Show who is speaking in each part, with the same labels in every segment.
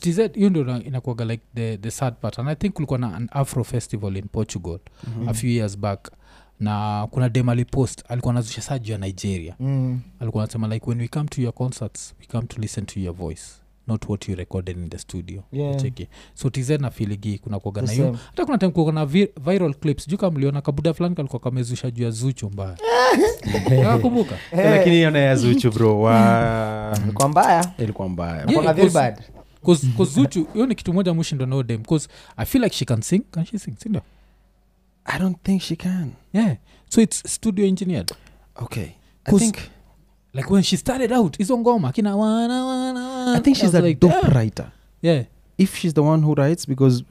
Speaker 1: tz Mm. hiyo ndo ina- inakuwaga like the, the sad part and i think kulikuwa na an afro festival in portugal
Speaker 2: Mhm. Mm.
Speaker 1: mm-hmm. a few years back na kuna dem alipost alikuwa anazusha saa juu ya nigeria
Speaker 2: Mm.
Speaker 1: alikuwa anasema like when we come to your concerts we come to listen to your voice not what you recorded in the studio
Speaker 2: Yeah.
Speaker 1: cheki so tz na filigi kuna kuaga
Speaker 2: The
Speaker 1: na hiyo
Speaker 2: same.
Speaker 1: hata kuna time kuaga na vi- viral clips juu kamliona kabuda fulani kalikuwa kamezusha juu ya zuchu mbaya nakumbuka
Speaker 2: Eh,
Speaker 3: lakini hiyo naye ya zuchu bro wa
Speaker 2: kwa mbaya
Speaker 3: ilikuwa mbaya
Speaker 1: Yeah,
Speaker 2: Kwa
Speaker 1: of
Speaker 2: very
Speaker 1: course.
Speaker 2: bad.
Speaker 1: zuchu hiyo ni kitu moja mushindo nao dem bcause i feel like she can sing can she sing sindo
Speaker 3: i don't think she can
Speaker 1: yeah so its studio engineered
Speaker 3: okay I
Speaker 1: Cause-
Speaker 3: think,
Speaker 1: like when she started out hizo ngoma kina wana wana wana
Speaker 3: I think she's
Speaker 1: was
Speaker 3: a
Speaker 1: like,
Speaker 3: dope
Speaker 1: "Damn."
Speaker 3: writer
Speaker 1: yeah
Speaker 3: if she's the one who writes because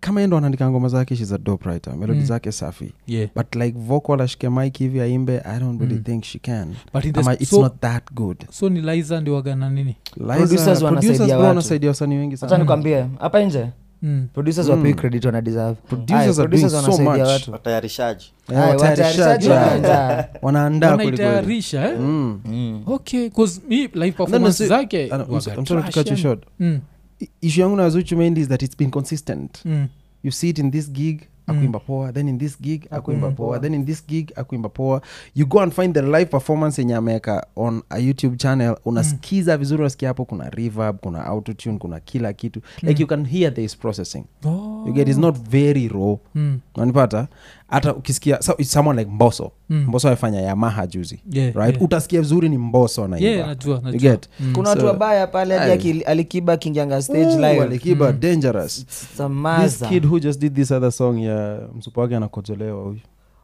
Speaker 3: kama yeye ndo anaandika ngoma zake she's a dope writer melody
Speaker 1: Mm.
Speaker 3: zake safi
Speaker 1: yeah
Speaker 3: but like vocal ashike mike hivi aimbe i don't really
Speaker 1: Mm.
Speaker 3: think she can
Speaker 1: but in the
Speaker 3: ama it's
Speaker 1: so,
Speaker 3: not that good
Speaker 1: so ni liza ndiwagana nini
Speaker 3: Liza-
Speaker 2: Producers
Speaker 3: producers
Speaker 2: wanasaidia
Speaker 3: bro
Speaker 2: watu.
Speaker 3: wanasaidia wasanii wengi
Speaker 2: hata
Speaker 3: sana
Speaker 2: nikwambie hapa nje
Speaker 1: mm.
Speaker 2: producers
Speaker 3: Mhm. Mm.
Speaker 2: wapewi credit wana deserve.
Speaker 3: Producers
Speaker 2: Aye,
Speaker 3: are doing
Speaker 2: producers
Speaker 3: so
Speaker 2: wanasaidia
Speaker 3: much.
Speaker 2: watu
Speaker 4: watayarishaji
Speaker 3: Eh,
Speaker 2: Aye,
Speaker 3: watayarishaji
Speaker 2: watayarishaji wanaandaa.
Speaker 3: wanaandaa kwelikweli
Speaker 1: wanaitayarisha eh?
Speaker 3: Mm.
Speaker 2: Mm.
Speaker 1: okay cause mi live performance
Speaker 3: see-
Speaker 1: zake
Speaker 3: I don't- I'm
Speaker 1: Eh, waga
Speaker 3: so- I'm sorry to
Speaker 1: trash
Speaker 3: cut you
Speaker 1: yani.
Speaker 3: short
Speaker 1: Mm,
Speaker 3: I- issue yangu na Zuchu mainly is that it's been consistent
Speaker 1: mm,
Speaker 3: you see it in this gig
Speaker 1: Mm.
Speaker 3: akuimba poa then in this gig akuimba poa then in this gig akuimba poa you go and find the live performance yenye ameweka on a youtube channel
Speaker 1: Mm.
Speaker 3: unasikiza vizuri unasikia hapo kuna reverb kuna autotune kuna kila kitu
Speaker 1: Mm.
Speaker 3: like you can hear there is processing
Speaker 1: Oh.
Speaker 3: you get is not very raw
Speaker 1: Mm,
Speaker 3: nanipata hata ukisikia so, it's someone like mboso
Speaker 1: Mm.
Speaker 3: mboso amefanya yamaha juzi
Speaker 1: Yeah,
Speaker 3: right
Speaker 1: yeah.
Speaker 3: utasikia vizuri ni mboso anaimba.
Speaker 1: Yeah, Mm. najua,
Speaker 3: You
Speaker 1: najua.
Speaker 3: get?
Speaker 2: kuna watu
Speaker 3: Mm, So-
Speaker 2: wabaya pale hadi
Speaker 3: Aye.
Speaker 2: akili- alikiba akiingianga stage
Speaker 3: Ooh,
Speaker 2: live.
Speaker 1: mm.
Speaker 3: alikiba dangerous this
Speaker 2: Samaza.
Speaker 3: kid who just did this other song ya msupa wake anakojolewa huyu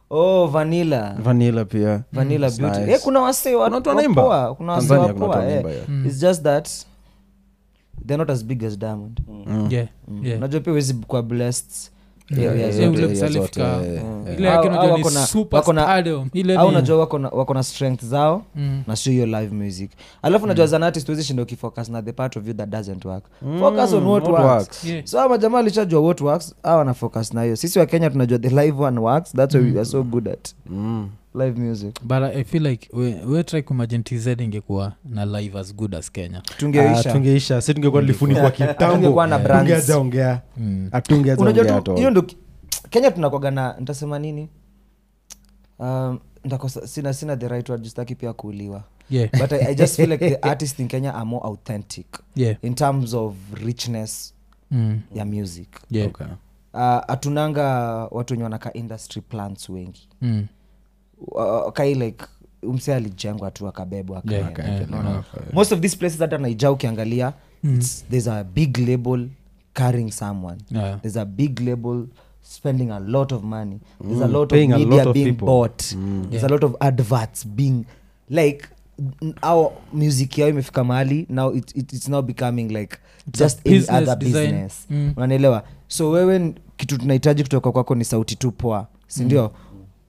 Speaker 2: oh vanilla
Speaker 3: vanilla pia
Speaker 2: vanilla
Speaker 3: It's
Speaker 2: beauty
Speaker 3: Mm, nice.
Speaker 2: Eh, kuna wase wa-
Speaker 3: Kuna watu wanaimba.
Speaker 2: wapoa, kuna wase
Speaker 3: Tanzania kuna
Speaker 2: wapoa,
Speaker 3: watu
Speaker 2: eh.
Speaker 3: wanaimba, yeah.
Speaker 2: It's just that they're not as big as diamond
Speaker 3: Mm.
Speaker 1: yeah, yeah.
Speaker 2: unajua pia huwezi kuwa blessed
Speaker 1: Yeah,
Speaker 2: area
Speaker 1: yeah,
Speaker 2: zote.
Speaker 1: ule
Speaker 3: area
Speaker 1: msali
Speaker 3: zote,
Speaker 1: fika-
Speaker 3: yeah,
Speaker 1: ile
Speaker 2: Au-
Speaker 1: yake
Speaker 2: au
Speaker 1: unajua ni
Speaker 2: wako na-
Speaker 1: super
Speaker 2: wako na-
Speaker 1: stardom, ile
Speaker 2: au
Speaker 1: ni-
Speaker 2: unajua wako na- wako na strength zao
Speaker 1: Mm.
Speaker 2: na sio hiyo live music alafu najua
Speaker 3: Mm.
Speaker 2: zanati tuwezi shinda ukifocus na the part of you that doesn't work focus on what,
Speaker 3: what
Speaker 2: works.
Speaker 3: works.
Speaker 1: Yeah.
Speaker 2: so ama jamaa alishajua what works au ana focus na hiyo sisi wa kenya tunajua the live one works that's
Speaker 3: Mm.
Speaker 2: why we are so good at live music
Speaker 1: but i feel like we, we try kumagine tz ingekuwa na live as good as kenya
Speaker 2: tungeisha
Speaker 3: Ah, Mm. tungeisha si tungekuwa nilifunikwa
Speaker 2: Hatungekuwa na brands.
Speaker 3: kitambotungeaongea Ah,
Speaker 2: unajua tu hiyo ndo kenya tunakwaga na nitasema nini um, nitakosa, sina, sina the right word justaki pia kuuliwa
Speaker 1: yeah
Speaker 2: but I, i just feel like the artists in kenya are more authentic
Speaker 1: yeah
Speaker 2: in terms of richness
Speaker 1: mm,
Speaker 2: ya music
Speaker 1: yeah
Speaker 2: Ah, hatunanga watu wenye wanaka industry plants wengi
Speaker 1: mm,
Speaker 2: uh, kai like umse alijengwa tu akabebwa
Speaker 1: yeah,
Speaker 2: akaenda.
Speaker 1: yeah. Mm.
Speaker 2: most of these places hata naija ukiangalia it's- there's a big label carrying someone
Speaker 1: Yeah.
Speaker 2: there's a big label spending a lot of money there's a lot of
Speaker 3: Mm. paying a
Speaker 2: media
Speaker 3: lot of
Speaker 2: being
Speaker 3: people. Mm.
Speaker 2: bought there's a lot of adverts being like n- our music yao imefika mahali now it, it, it's now becoming like
Speaker 1: a
Speaker 2: just any
Speaker 1: business
Speaker 2: other
Speaker 1: design.
Speaker 2: business
Speaker 1: Mm.
Speaker 2: unanielewa so wewe n- kitu tunahitaji kutoka kwako ni sauti tu poa sindio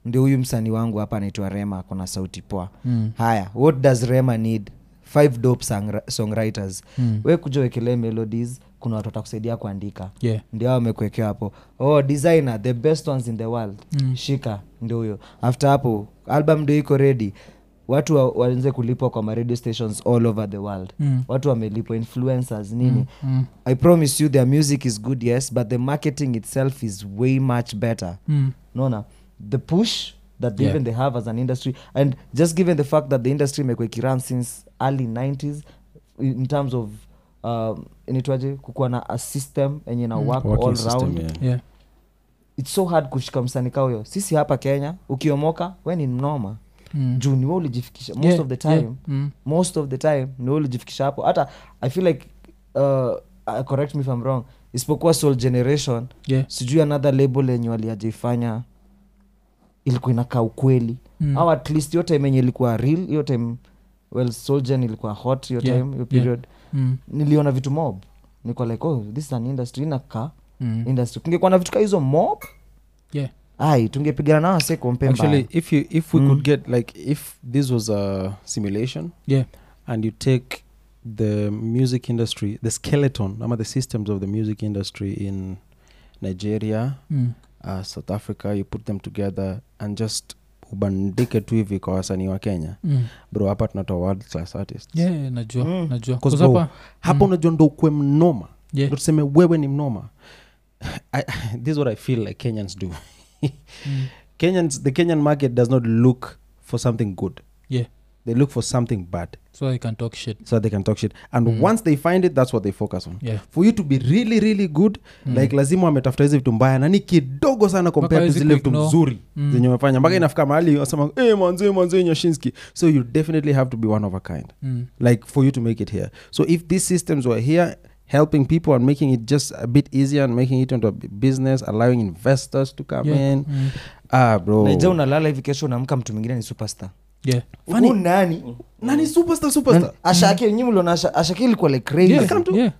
Speaker 2: ndio huyu msanii wangu hapa anaitwa rema akona sauti poa mm. haya what does rema need five dope song, songwriters mm. we kuja wekelee melodies kuna watu watakusaidia kuandika
Speaker 1: Yeah.
Speaker 2: ndio hao wamekuekea hapo oh designer the best ones in the world mm. shika ndio huyo after hapo album ndio iko ready watu wa- waanze kulipwa kwa ma radio stations all over the world mm. watu wamelipwa influencers nini mm. i promise you their music is good yes but the marketing itself is way much better mm. naona the push that
Speaker 1: Yeah.
Speaker 2: even they have as an industry and just given the fact that the industry imekuwa ikiran since early 90s in terms of um, inaitwaje kukuwa na a system enye na work all round
Speaker 1: yeah
Speaker 2: its so hard kushika msanika huyo sisi hapa kenya ukiomoka we ni mnoma
Speaker 1: Mm.
Speaker 2: juu ni we ulijifikisha most
Speaker 1: Yeah,
Speaker 2: of the time
Speaker 1: yeah, mm.
Speaker 2: most of the time ni we ulijifikisha hapo hata i feel like uh, uh, correct me if I'm wrong isipokuwa soul generation
Speaker 1: Yeah.
Speaker 2: sijui another label yenye waliajaifanya ilikuwa inakaa ukweli mm. au at least hiyo time yenye ilikuwa real hiyo time well soldier ilikuwa hot hiyo
Speaker 1: Yeah,
Speaker 2: time hiyo
Speaker 1: yeah.
Speaker 2: period
Speaker 1: Mm,
Speaker 2: niliona vitu mob nikuwa like oh this is an industry inakaa
Speaker 1: mm,
Speaker 2: industry tungekuwa na vitu ka hizo mob
Speaker 1: yeah.
Speaker 2: ai tungepigana nao wase kompe
Speaker 3: actually
Speaker 2: mbaya
Speaker 3: if you if we
Speaker 2: Mm.
Speaker 3: could get like if this was a simulation
Speaker 1: Yeah.
Speaker 3: and you take the music industry the skeleton ama the systems of the music industry in nigeria
Speaker 1: Mm.
Speaker 3: uh, south africa you put them together and just ubandike tu hivi kwa wasanii wa kenya
Speaker 1: mm.
Speaker 3: bro hapa tunatoa world class artists
Speaker 1: yeah, yeah, najua mm. najua 'Cause
Speaker 3: 'Cause bro,
Speaker 1: hapa-
Speaker 3: hapa unajua ndo ukwe mnoma
Speaker 1: Yeah.
Speaker 3: ndo tuseme wewe ni mnoma I, this is what i feel like kenyans do
Speaker 1: Mm.
Speaker 3: kenyans the kenyan market does not look for something good
Speaker 1: yeah.
Speaker 3: they look for something bad
Speaker 1: so i can talk shit
Speaker 3: so that they can talk shit and once they find it that's what they focus on
Speaker 1: yeah
Speaker 3: for you to be really really good
Speaker 1: Mm.
Speaker 3: like lazima ametafuta hizi vitu mbaya na ni kidogo sana compared to
Speaker 1: hawezi
Speaker 3: zile vitu
Speaker 1: kuignore.
Speaker 3: mzuri
Speaker 1: Mm.
Speaker 3: zenye umefanya mpaka inafika mahali wasema hey, manzee manzee nyashinski so you definitely have to be one of a kind
Speaker 1: mm.
Speaker 3: like for you to make it here so if these systems were here helping people and making it just a bit easier and making it into a b- business allowing investors to come
Speaker 1: Yeah.
Speaker 3: in
Speaker 1: Mm.
Speaker 3: ah bro
Speaker 2: naija unalala hivi kesho unaamka mtu mwingine ni superstar
Speaker 1: yeah
Speaker 3: Funny.
Speaker 2: Huyu nani
Speaker 3: nani superstar superstar
Speaker 2: ashake nyi mliona Asha- ashake ilikuwa like crazy
Speaker 1: yeah, yeah.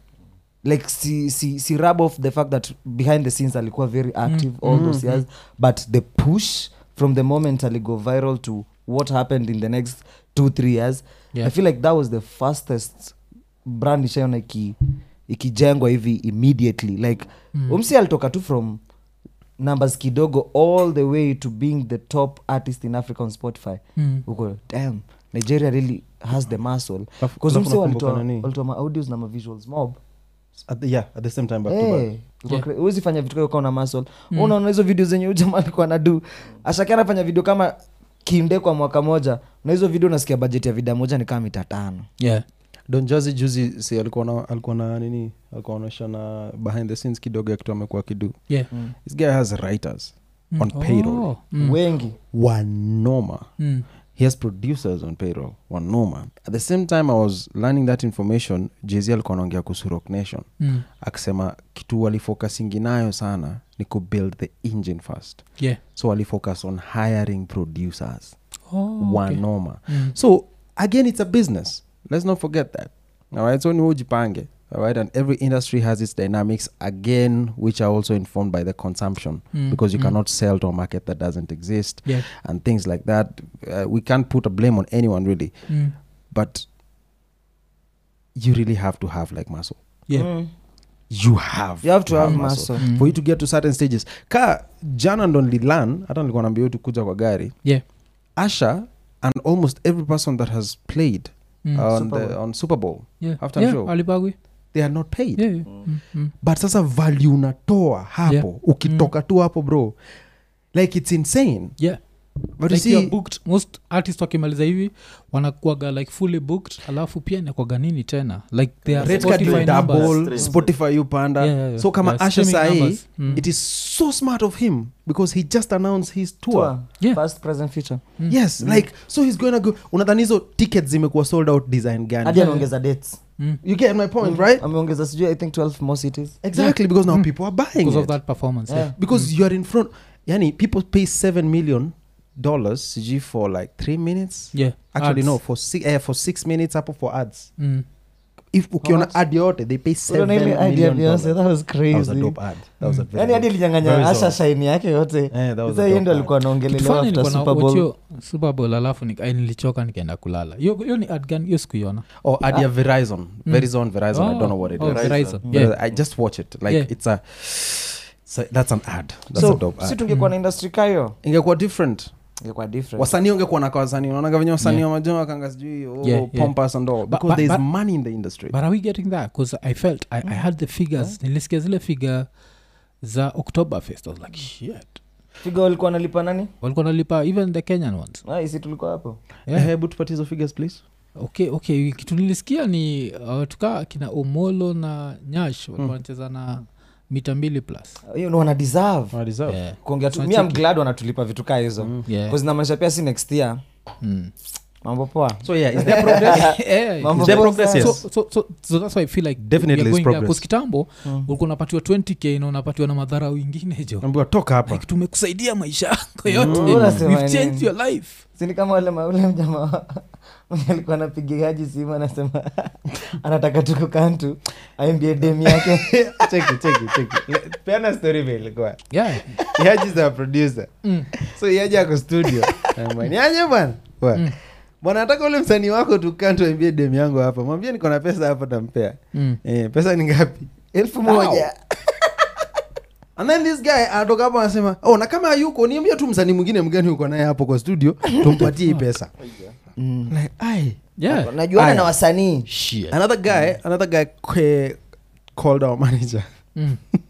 Speaker 2: like si, si, si rub off the fact that behind the scenes alikuwa very
Speaker 1: Mm.
Speaker 2: active all
Speaker 1: Mm-hmm.
Speaker 2: those years but the push from the moment aligo viral to what happened in the next two three years
Speaker 1: Yeah.
Speaker 2: i feel like that was the fastest brand ishaiona iki ikijengwa hivi immediately like mm. umsi alitoka tu from numbers kidogo all the way to being the top artist in africa on spotify
Speaker 1: Mm.
Speaker 2: uko damn nigeria really has the muscle
Speaker 3: Alafu-
Speaker 2: bcause
Speaker 3: alafu
Speaker 2: msi
Speaker 3: nakumbuka
Speaker 2: walitoa
Speaker 3: nani?
Speaker 2: walitoa maaudios na mavisuals mob
Speaker 3: at the, yeah at the same time back to back
Speaker 2: Eh,
Speaker 1: Yeah. Mm.
Speaker 2: kwa- huwezi fanya vitu kakaa na masol unaona hizo video zenye huyu jamaa alikuwa nadu ashaki anafanya video kama kinde kwa mwaka moja na hizo video unasikia bajeti ya vida moja ni kama mitatano
Speaker 1: yeah
Speaker 3: don jazi juzi si alikuwa na alikuwa na nini alikuwa anaonyesha na behind the scenes kidogo ya kitu amekuwa akidu
Speaker 1: yeah
Speaker 3: this guy has writers
Speaker 1: Mm.
Speaker 3: on payroll
Speaker 1: Oh. Mm.
Speaker 2: wengi
Speaker 3: wanoma
Speaker 1: Mm.
Speaker 3: he has producers on payroll wanoma at the same time i was learning that information jz alikuwa anaongea kuhusu rock nation
Speaker 1: Mm.
Speaker 3: akisema kitu walifokasingi nayo sana ni kubuild the engine first
Speaker 1: yeah
Speaker 3: so walifocus on hiring producers
Speaker 1: oh, okay.
Speaker 3: wanoma
Speaker 1: Mm.
Speaker 3: so again it's a business let's not forget that alright so ni wewe ujipange alright and every industry has its dynamics again which are also informed by the consumption
Speaker 1: Mm,
Speaker 3: because you
Speaker 1: mm.
Speaker 3: cannot sell to a market that doesn't exist
Speaker 1: Yeah.
Speaker 3: and things like that uh, we can't put a blame on anyone really
Speaker 1: Mm.
Speaker 3: but you really have to have like muscle
Speaker 1: yeah
Speaker 2: Mm.
Speaker 3: you have
Speaker 2: You have to have muscle.
Speaker 1: Mm.
Speaker 3: for you to get to certain stages ka jana ndo nililan hata nilikuwa naambia wetu kuja kwa gari
Speaker 1: yeah
Speaker 3: asha and almost every person that has played
Speaker 1: Mm.
Speaker 3: on,
Speaker 2: Super
Speaker 3: the,
Speaker 2: Bowl.
Speaker 3: on super bowl
Speaker 1: yeah
Speaker 3: halftime
Speaker 1: yeah
Speaker 3: show.
Speaker 1: alibagwi
Speaker 3: they are not paid
Speaker 1: yeah yeah mm. Mm.
Speaker 3: but sasa value unatoa hapo
Speaker 1: Yeah. Mm.
Speaker 3: ukitoka tu hapo bro like it's insane
Speaker 1: yeah Like
Speaker 3: but you
Speaker 1: you
Speaker 3: see
Speaker 1: are booked most artist wakimaliza hivi wanakuaga like fully booked alafu pia inakwaga nini tena like they are
Speaker 3: Red Card
Speaker 1: Spotify
Speaker 3: you
Speaker 1: numbers.
Speaker 3: double spotify you panda
Speaker 1: Yeah, yeah, yeah.
Speaker 3: so kama
Speaker 1: Yeah,
Speaker 3: asha
Speaker 1: streaming
Speaker 3: sahii
Speaker 1: numbers. Mm.
Speaker 3: it is so smart of him because he just announced his tour,
Speaker 2: Tour.
Speaker 1: Yeah.
Speaker 2: Past, present, future.
Speaker 1: Mm.
Speaker 3: yes like so he's going to go unadhani hizo tickets zimekuwa sold out design gani
Speaker 1: Mm.
Speaker 2: hadi anaongeza dates
Speaker 3: you get my point right
Speaker 2: ameongeza sijui i think 12 more cities
Speaker 3: exactly because now people are
Speaker 1: Mm.
Speaker 3: buying
Speaker 1: because
Speaker 3: it.
Speaker 1: of that performance yeah.
Speaker 2: Yeah.
Speaker 3: because you are in front yani people pay 7 million dollars cg for like 3 minutes
Speaker 1: yeah
Speaker 3: actually
Speaker 1: Ads.
Speaker 3: no for six, eh, for six minutes hapo for ads
Speaker 1: mm.
Speaker 3: if ukiona
Speaker 2: much?
Speaker 3: ad yote they pay
Speaker 2: Uliona ile idea ya Beyonce?
Speaker 3: sevenmillion
Speaker 2: That was crazy.
Speaker 3: Mm.
Speaker 2: yaani hadi ilinyang'anya asha shaini yake yote
Speaker 3: Eh, that was
Speaker 2: sasa
Speaker 3: a
Speaker 2: hiyo
Speaker 3: dope
Speaker 2: ndo alikuwa
Speaker 1: Kitu
Speaker 2: anaongelelewa
Speaker 1: funny
Speaker 2: after
Speaker 1: nilikuwa
Speaker 2: super
Speaker 1: na watch
Speaker 2: bowl
Speaker 1: hiyo Super Bowl, alafu nika- eh, nilichoka nikaenda kulala hiyo hiyo ni ad gani hiyo sikuiona
Speaker 3: or ad Oh, ya verizon verizon verizon i
Speaker 1: Ah. Oh,
Speaker 3: don't know what it is. Mm.
Speaker 1: oh, Verizon.
Speaker 3: But
Speaker 1: Yeah.
Speaker 3: i just watch it like
Speaker 1: Yeah.
Speaker 3: it's a so that's an ad that's a
Speaker 2: so
Speaker 3: dope
Speaker 2: si
Speaker 3: ad
Speaker 2: tungekuwa na industry kayo
Speaker 3: ingekuwa different
Speaker 2: ingekuwa different
Speaker 3: wasanii ungekuwa naka wasanii unaonaga venye wasanii wamajua wakanga sijui oh,
Speaker 1: Yeah, yeah.
Speaker 3: pompous and all because
Speaker 1: but-
Speaker 3: there is
Speaker 1: but-
Speaker 3: money in the industry
Speaker 1: but are we getting that because i felt i, I had the figures nilisikia zile figure za october fest was like shit
Speaker 2: figa walikuwa nalipa nani
Speaker 1: walikuwa nalipa even the kenyan ones
Speaker 2: Ah, isi tulikuwa hapo
Speaker 1: Yeah.
Speaker 3: Eh, hebu tupatie hizo figures please
Speaker 1: okay okay kitu nilisikia ni uh, tukaa kina omolo na nyash walikuwa wanacheza na mita mbili plus
Speaker 2: Ah, hiyo ndo wana deserve
Speaker 3: Oh.
Speaker 1: yeah.
Speaker 2: kuongea tu mi am glad wanatulipa vitu kaa hizo
Speaker 1: Yeah.
Speaker 2: Cause inamaanisha pia si next year
Speaker 1: Mm.
Speaker 2: mambo poa
Speaker 3: so yeah is there progress
Speaker 1: Eh,
Speaker 2: Mambo
Speaker 3: Is there
Speaker 2: poa
Speaker 3: progress?
Speaker 2: sana.
Speaker 1: so,
Speaker 3: Yes.
Speaker 1: so, so, so that's why i feel like
Speaker 3: Definitely
Speaker 1: we are
Speaker 3: it's
Speaker 1: going there.
Speaker 3: progress.
Speaker 1: 'Cause kitambo ulikuwa unapatiwa 20k na unapatiwa na madhara wingine jo
Speaker 3: ambiwa toka hapa
Speaker 1: like tumekusaidia maisha yako
Speaker 2: Mm.
Speaker 1: yote
Speaker 2: Unasema
Speaker 1: We've changed
Speaker 2: nini?
Speaker 1: your life
Speaker 2: Si ni kama ule ma- ule mjamaa mwenye alikuwa anapigiaji simu anasema anataka tuko kantu aimbie demu yake
Speaker 3: cheki cheki cheki Le- peana story vile ilikuwa
Speaker 1: yeah. hmm.
Speaker 3: Yaji is a producer so yaji ako studio Anamwambia, niaje bwana Wa.
Speaker 1: Mm.
Speaker 3: bwana nataka ule msanii wako tukantu ambie demu yangu hapa mwambie niko na pesa hapa tampea
Speaker 1: Mm.
Speaker 3: eh, pesa ni ngapi elfu moja and then this guy anatoka hapo anasema oh na kama yuko niambia tu msanii mwingine mgani uko naye hapo kwa studio tumpatie hii pesa
Speaker 1: Oh,
Speaker 3: like, ai
Speaker 1: yeah.
Speaker 2: najuana
Speaker 3: Aya.
Speaker 2: na wasanii
Speaker 1: Shit.
Speaker 3: another guy another guy que- called our manager
Speaker 1: Mm.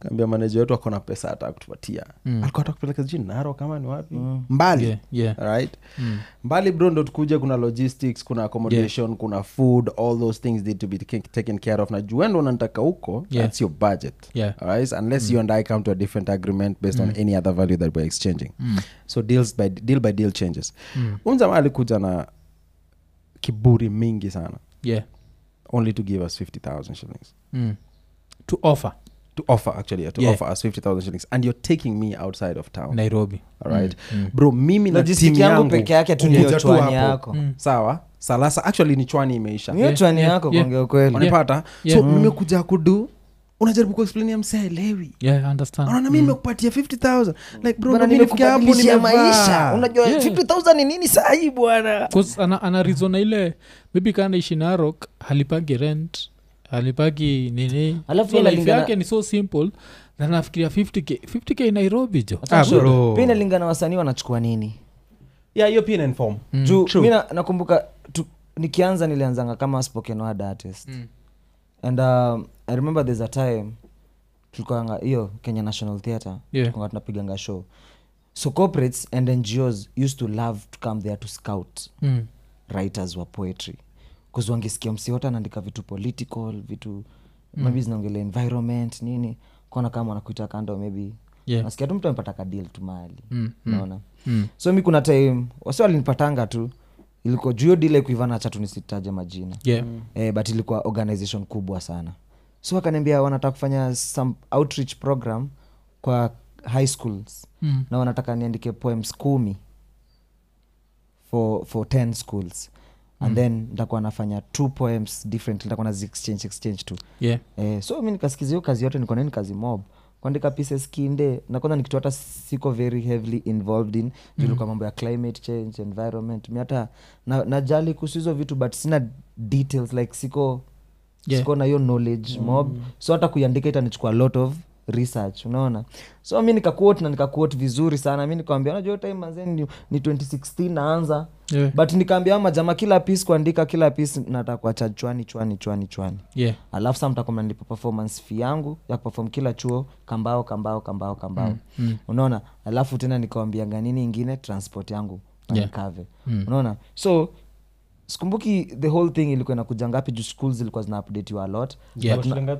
Speaker 3: kaambia manager wetu akona pesa hata kutupatia
Speaker 1: Mm.
Speaker 3: alikuwa hata kupeleka sijui naro kama ni wapi mbali
Speaker 1: Yeah, yeah.
Speaker 3: right
Speaker 1: Mm.
Speaker 3: mbali bro ndo tukuje kuna logistics kuna accommodation kuna food all those things need to be taken- taken care of na juendo unanitaka huko
Speaker 1: Yeah.
Speaker 3: that's your budget
Speaker 1: Yeah. Mm.
Speaker 3: Alright? unless you and i come to a different agreement based on any other value that we're exchanging
Speaker 1: Mm.
Speaker 3: so deals by, deal by deal changes umjama alikuja na kiburi mingi sana
Speaker 1: Yeah.
Speaker 3: only to give us 50000 shillings
Speaker 1: Mm. to offer
Speaker 3: to offer actually yeah, to
Speaker 1: Yeah.
Speaker 3: offer us 50000 shillings and you're taking me outside of town
Speaker 1: nairobi
Speaker 3: alright
Speaker 1: Mm.
Speaker 3: bro mimi na
Speaker 2: Logistic
Speaker 3: timu
Speaker 2: yangu
Speaker 3: yangu
Speaker 2: peke yake tu
Speaker 3: kukuja
Speaker 2: ndiyo chwani
Speaker 3: hapo.
Speaker 2: yako. Mm.
Speaker 3: sawa salasa actually ni chwani imeisha
Speaker 2: niyo chwani
Speaker 1: yeah,
Speaker 2: yako
Speaker 1: yeah.
Speaker 2: kuongea ukweli
Speaker 3: unapata
Speaker 1: Yeah. Mm.
Speaker 3: so nimekuja kudu unajaribu kuexplainia mselewi
Speaker 1: yeah I understand
Speaker 3: unaona mi nimekupatia 50000 like bro
Speaker 2: Bwana,
Speaker 3: ndo mi nifika hapo
Speaker 2: nimekubadilishia maisha
Speaker 3: nimevaa.
Speaker 2: unajua
Speaker 1: Yeah.
Speaker 2: 50000 ni nini sahii bwana
Speaker 1: 'Cause ana, ana reason na ile maybe kanaishi narok halipagi rent halipagi nini
Speaker 2: Alafu
Speaker 1: so life
Speaker 2: inalingana-
Speaker 1: yake ni so simple na nafikiria 50k 50k nairobi jo
Speaker 3: Ah, bro.
Speaker 2: pia inalingana wasanii wanachukua nini
Speaker 3: Yeah, hiyo pia inanform.
Speaker 2: juu
Speaker 3: True.
Speaker 2: mi na- nakumbuka tu- nikianza nilianzanga kama spoken word artist and um, i remember there's a time tulikuanga hiyo kenya national theatre
Speaker 1: Yeah.
Speaker 2: tulikuanga tunapiganga show so corporates and ngos used to love to come there to scout
Speaker 1: Mm.
Speaker 2: writers wa poetry bcause wangesikia msiote anaandika vitu political vitu mm. maybe zinaongelea environment nini kona kama wanakuita kando maybe
Speaker 1: Yeah.
Speaker 2: nasikia tu mtu amepata kadil tu mahali
Speaker 1: Mm,
Speaker 2: naona
Speaker 1: Mm.
Speaker 2: so mi kuna time wasi walinipatanga tu ilikuwa juu hiyo dile kuivana chatu nisitaje majina
Speaker 1: yeah
Speaker 2: eh, but ilikuwa organization kubwa sana so wakaniambia wanataka kufanya some outreach program kwa high schools
Speaker 1: Mm.
Speaker 2: na wanataka niandike poems kumi for, for 10 schools and then nitakuwa nafanya two poems different nitakuwa nazi exchange exchange tu
Speaker 1: yeah
Speaker 2: eh, so mi nikasikiza hiyo kazi yote nikonani kazi mob kuandika pieces kinde na kwanza nikitu hata siko very heavily involved in julikuwa
Speaker 1: Mm.
Speaker 2: mambo ya climate change environment mi hata na- najali kuhusu hizo vitu but sina details like siko
Speaker 1: Yeah. Mm.
Speaker 2: siko na hiyo knowledge mob so hata kuiandika itanichukua a lot of research unaona so mi nikakuot na nikakuot vizuri sana mi nikawambia unajua hiyo time manzeni ni, ni 2016 naanza
Speaker 1: yeah
Speaker 2: but nikaambia hao majamaa kila piece kuandika kila piece natakuacha chwani chwani chwani chwani
Speaker 1: yeah
Speaker 2: alafu saa mtakuwa mnanipa performance fee yangu ya kuperform kila chuo kambao kambao kambao kambao
Speaker 1: Mm,
Speaker 2: unaona alafu tena nikawambianga nini ingine transport yangu
Speaker 1: Yeah. Mm.
Speaker 2: nikave unaona so sikumbuki the whole thing ilikuwa inakuja ngapi juu schools zilikuwa zina updatiwa a lot
Speaker 1: Yeah.
Speaker 2: But na-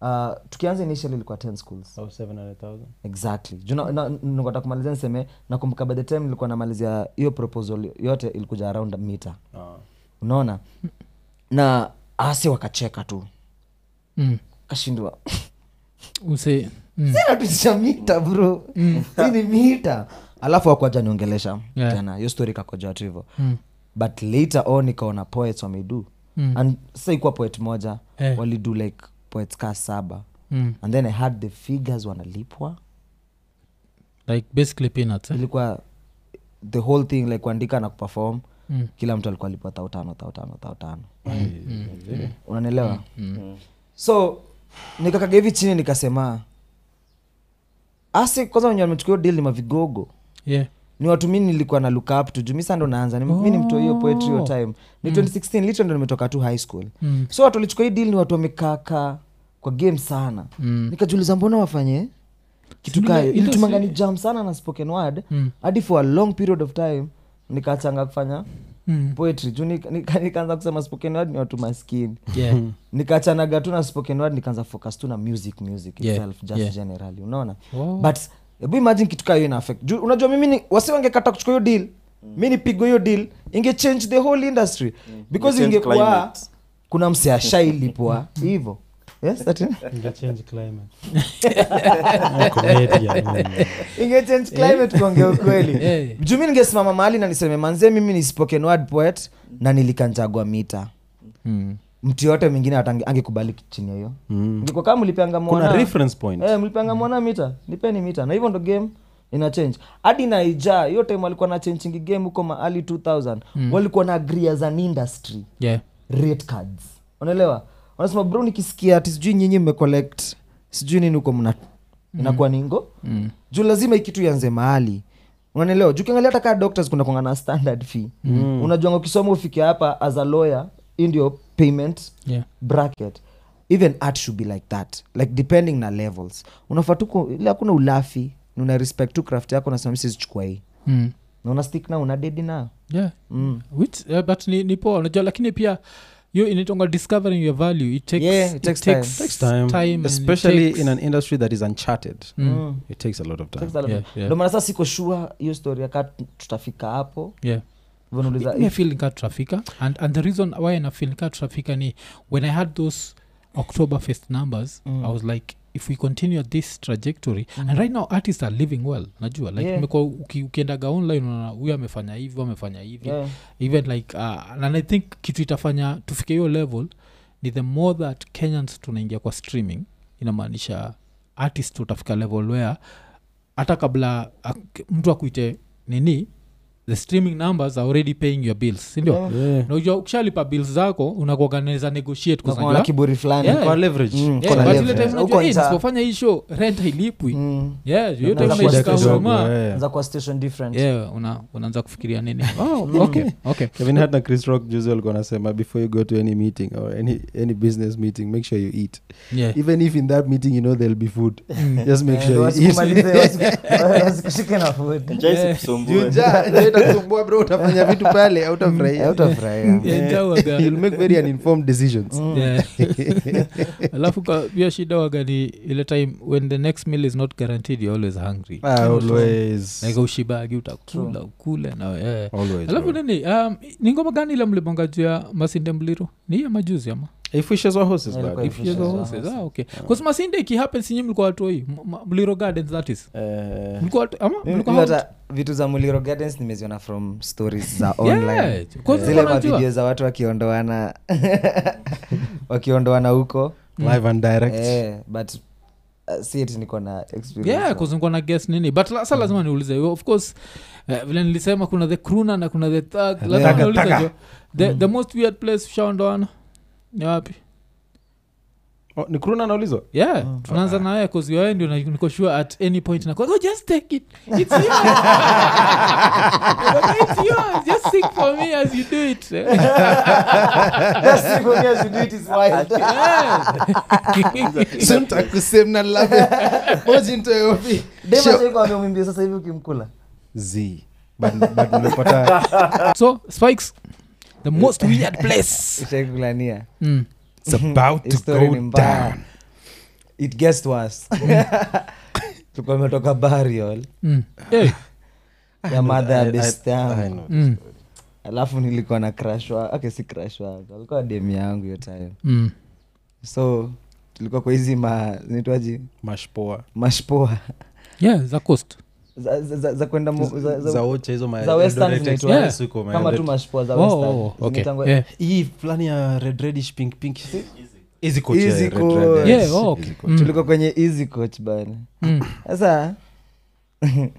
Speaker 2: uh, tukianza initially ilikuwa 10 schools exactly Juu na- na- nikataka kumalizia niseme nakumbuka by the time nilikuwa namalizia hiyo proposal yote ilikuja around mita unaona na asi wakacheka tu
Speaker 1: mm.
Speaker 2: kashindwa
Speaker 1: use mm.
Speaker 2: natutisha mita bro Hii ni mita alafu akuaja niongelesha
Speaker 1: Yeah.
Speaker 2: tena hiyo story kakoja watu hivo but later on ikaona poets wameidu
Speaker 1: Mm.
Speaker 2: and sa ikuwa poet moja
Speaker 1: Eh.
Speaker 2: walidu like poets ka saba
Speaker 1: Mm.
Speaker 2: and then i had the figures wanalipwa
Speaker 1: like basically peanuts eh?
Speaker 2: ilikuwa the whole thing like kuandika na kuperform
Speaker 1: Mm.
Speaker 2: kila mtu alikuwa alipwa thao tano thao tano thao tano unanielewa Mm. so nikakaga hivi chini nikasema asi kwanza wenye wamechukua hiyo deal ni mavigogo
Speaker 1: yeah
Speaker 2: ni watu mi nilikuwa na look up to juu mi sa ndo naanza ni, mi ni mtu wa hiyo poetry hiyo time ni 2016 literally ndo nimetoka tu high school
Speaker 1: Oh. Mm.
Speaker 2: so watu walichukua hii deal ni watu wamekaka kwa game sana nikajiuliza mbona wafanye kitu
Speaker 1: Sindio,
Speaker 2: kayo
Speaker 1: Mm. ile- ile
Speaker 2: ilitumanga
Speaker 1: si-
Speaker 2: ni jam sana na spoken word
Speaker 1: Mm.
Speaker 2: hadi for a long period of time nikachanga kufanya
Speaker 1: Mm.
Speaker 2: poetry juu nika- nika- nikaanza kusema spoken word ni watu maskini
Speaker 1: yeah
Speaker 2: Hmm. nikachanaga Mm. tu na spoken word nikaanza focus tu na music music
Speaker 1: Yeah,
Speaker 2: itself just
Speaker 1: yeah.
Speaker 2: generally unaona
Speaker 1: Wow.
Speaker 2: but hebu imagine kitu kayo ina affect juu unajua mimi ni- wasi wangekata kuchukua hiyo deal
Speaker 4: Mm.
Speaker 2: mi nipigwa hiyo deal inge change the whole industry because
Speaker 4: Inge change
Speaker 2: ingekuwa
Speaker 4: climate.
Speaker 2: kuna mse ashailipwa hivo yes, that- inge change climate kuongea ukweli
Speaker 1: Eh.
Speaker 2: juu mi ningesimama mahali na niseme manzee mimi ni spoken word poet na nilikanjagwa mita
Speaker 3: Hmm.
Speaker 1: mm.
Speaker 2: mtu yoyote mwingine atange- angekubali chini ya hiyo ngekuwa kama mlipeanga
Speaker 3: kuna
Speaker 2: mwana
Speaker 3: reference point Hmm.
Speaker 2: Eh, mlipanga mwana mita nipeni mita na hivyo ndo game ina change hadi naija hiyo time walikuwa na changing game huko maali 2000
Speaker 3: Hmm.
Speaker 2: walikuwa na agree as an industry
Speaker 1: yeah
Speaker 2: rate cards unaelewa wanasema bro nikisikia ati sijui nyinyi mmecollect sijui nini huko mna inakuwa ni ngo
Speaker 1: mm.
Speaker 2: juu lazima hii kitu ianze mahali unanelewa juu ukiangalia hata kaa doctors kuna kwanga na standard fee mm. unajuanga ukisoma ufike hapa as a lawyer hii ndio payment
Speaker 1: yeah.
Speaker 2: bracket even art should be like that like depending na levels unafaa tu ku- ile hakuna ulafi ni una respect tu craft yako nasema msizichukua hii
Speaker 1: Mm.
Speaker 2: na una stick na una dedi nayo
Speaker 1: yeah
Speaker 2: mm.
Speaker 1: which uh, but ni, ni poa unajua lakini pia hiyo inaitwanga discovering your value it takes,
Speaker 2: Yeah, it takes time.
Speaker 3: Takes time,
Speaker 1: and it
Speaker 3: especially
Speaker 1: takes-
Speaker 3: in an industry that is uncharted
Speaker 2: Hmm.
Speaker 1: Mm.
Speaker 3: it takes a lot of time
Speaker 2: Takes a lot of-
Speaker 1: Yeah, yeah.
Speaker 2: Ndio maana sasa siko sure hiyo story aka tutafika hapo
Speaker 1: yeah
Speaker 2: Hivyo nauliza,
Speaker 1: Me feel ka trafika and, and the reason why na feel ka trafika ni when i had those octoberfest numbers
Speaker 2: Mm.
Speaker 1: i was like if we continue at this trajectory and right now artists are living well najua like
Speaker 2: Yeah.
Speaker 1: umekuwa uki- ukiendaga online unaona huyu amefanya hivi huyu amefanya hivi
Speaker 2: yeah.
Speaker 1: even like uh, and i think kitu itafanya tufike hiyo level ni the more that kenyans tunaingia kwa streaming inamaanisha artist tutafika level where hata kabla ak- mtu akuite nini the streaming numbers are already paying your bills sindio
Speaker 2: Yeah.
Speaker 3: yeah.
Speaker 1: naujua ukishalipa bills zako unakuaganeza negotiate
Speaker 2: Unakuwa na
Speaker 1: kusanjua
Speaker 2: kiburi fulani
Speaker 1: Yeah.
Speaker 3: Kwa leverage
Speaker 2: Mm,
Speaker 1: Yeah,
Speaker 2: kuna
Speaker 1: but
Speaker 2: level.
Speaker 1: ile time
Speaker 2: Huko
Speaker 1: unajua, "Eh,
Speaker 2: nita-
Speaker 1: nisipofanya hii show rent hailipwi
Speaker 2: Mm.
Speaker 1: yeah hiyo time
Speaker 2: Unaweza kuwa
Speaker 1: unashika
Speaker 2: stressed.
Speaker 1: huruma
Speaker 2: Za kwa station different
Speaker 1: yeah una- unaanza kufikiria nini oh, okay okay
Speaker 3: kevin hart na chris rock juzi walikuwa nasema before you go to any meeting or any, any business meeting make sure you eat
Speaker 1: yeah
Speaker 3: even if in that meeting you know there'll be food just make
Speaker 2: Eh, ndio
Speaker 3: sure you eat
Speaker 2: wasikumalize- wasi- wasikushike na food. Mm,
Speaker 3: Juu njaa, njaa itakusumbua bro utafanya vitu pale hautafurahia.
Speaker 2: Hautafurahia.
Speaker 1: Yeah, njaa huwaga-
Speaker 3: You'll make very uninformed decisions
Speaker 2: Mm.
Speaker 1: Yeah. alafu kwa- pia shida waga ni ile time when the next meal is not guaranteed you're always hungry
Speaker 3: Ah, always.
Speaker 1: like ushibagi utakula ukule na yeah.
Speaker 3: Always,
Speaker 1: alafu
Speaker 3: bro.
Speaker 1: nini um, ni ngoma gani ile mlibonga juu ya masinde mliro ni hiya majuzi ama
Speaker 3: If wishes were horses,
Speaker 2: Yeah,
Speaker 3: bad.
Speaker 2: like-
Speaker 3: If-
Speaker 2: Fishes
Speaker 1: Yezo
Speaker 2: are
Speaker 1: horses.
Speaker 2: horses.
Speaker 1: Ah, okay. 'Cause masinde ikihappen sinyi mlikuwa watoi mliro gardens that is
Speaker 3: Eh,
Speaker 1: mlikuwa watu- ama
Speaker 2: Mimi-
Speaker 1: mlikuwa
Speaker 2: mimi
Speaker 1: hot?
Speaker 2: hata vitu za muliro gardens nimeziona from stories za
Speaker 1: Yeah,
Speaker 2: online
Speaker 1: 'cause mlikuwa
Speaker 2: zile
Speaker 1: mnajua.
Speaker 2: mavideo za watu wakiondoana wakiondoana huko
Speaker 3: live and direct.
Speaker 2: eh, but uh, si eti niko na experience
Speaker 1: yeah
Speaker 2: na-
Speaker 1: kuzungua na guess nini but la, sa lazima niulize of course eh, vile nilisema kuna the cruna na kuna the thug Mm. lazima
Speaker 3: Thugger,
Speaker 1: niulize
Speaker 3: thugger.
Speaker 1: jo. the, the most weird place ushaondoana ni wapi
Speaker 3: Oh, ni kruna anaulizwa
Speaker 1: yeah tunaanza na wewe cause wewe ndio na- niko sure at any point na oh, just take it it's yours it's yours just sing for me as you do it Eh?
Speaker 2: That's it for me, as you do it is wild.
Speaker 1: yeah.
Speaker 3: mtakusemna labda moji ntoe wapi?
Speaker 2: Dave
Speaker 3: Sure.
Speaker 2: atakuwa amemwimbia sasa hivi ukimkula
Speaker 3: Z. But- but nimepata-
Speaker 1: so spikes the most weird place
Speaker 2: Ushakulania.
Speaker 1: mm.
Speaker 3: It's about
Speaker 2: Hii
Speaker 3: to
Speaker 2: story
Speaker 3: go
Speaker 2: ni mbaya.
Speaker 3: down.
Speaker 2: It gets worse. Tulikuwa tumetoka burial
Speaker 1: Mm. Yeah.
Speaker 2: ya madha
Speaker 3: I-
Speaker 2: ya
Speaker 3: I-
Speaker 2: best
Speaker 3: I
Speaker 2: yangu
Speaker 3: know.
Speaker 1: Mm.
Speaker 2: alafu nilikuwa na crush wa- okay, si crush wangu alikuwa dem yangu hiyo time
Speaker 1: Mm.
Speaker 2: so tulikuwa kwa hizi ma zinaitwaji
Speaker 3: Mashpoa.
Speaker 2: mashpoa
Speaker 1: yeah za coast
Speaker 2: za, za, za, za kwenda mu- za, za,
Speaker 3: Za wote hizo ma-
Speaker 2: za western
Speaker 3: Eldoret
Speaker 2: zinaitwa-
Speaker 1: Yeah.
Speaker 3: Express huko, ma-
Speaker 2: kama tu
Speaker 3: Eldoret.
Speaker 2: mashpoa za
Speaker 1: Oh,
Speaker 2: western
Speaker 1: oh, oh, okay.
Speaker 2: Zinaitangwa-
Speaker 1: Yeah.
Speaker 3: hii fulani ya red reddish pink pink Easy coach,
Speaker 2: Easy
Speaker 3: yeah, red,
Speaker 2: coach.
Speaker 3: red,
Speaker 1: Yeah,
Speaker 3: yes,
Speaker 1: oh, okay.
Speaker 3: easy coach.
Speaker 1: Mm.
Speaker 2: tulikuwa kwenye easy coach bana
Speaker 1: Mm.
Speaker 2: sasa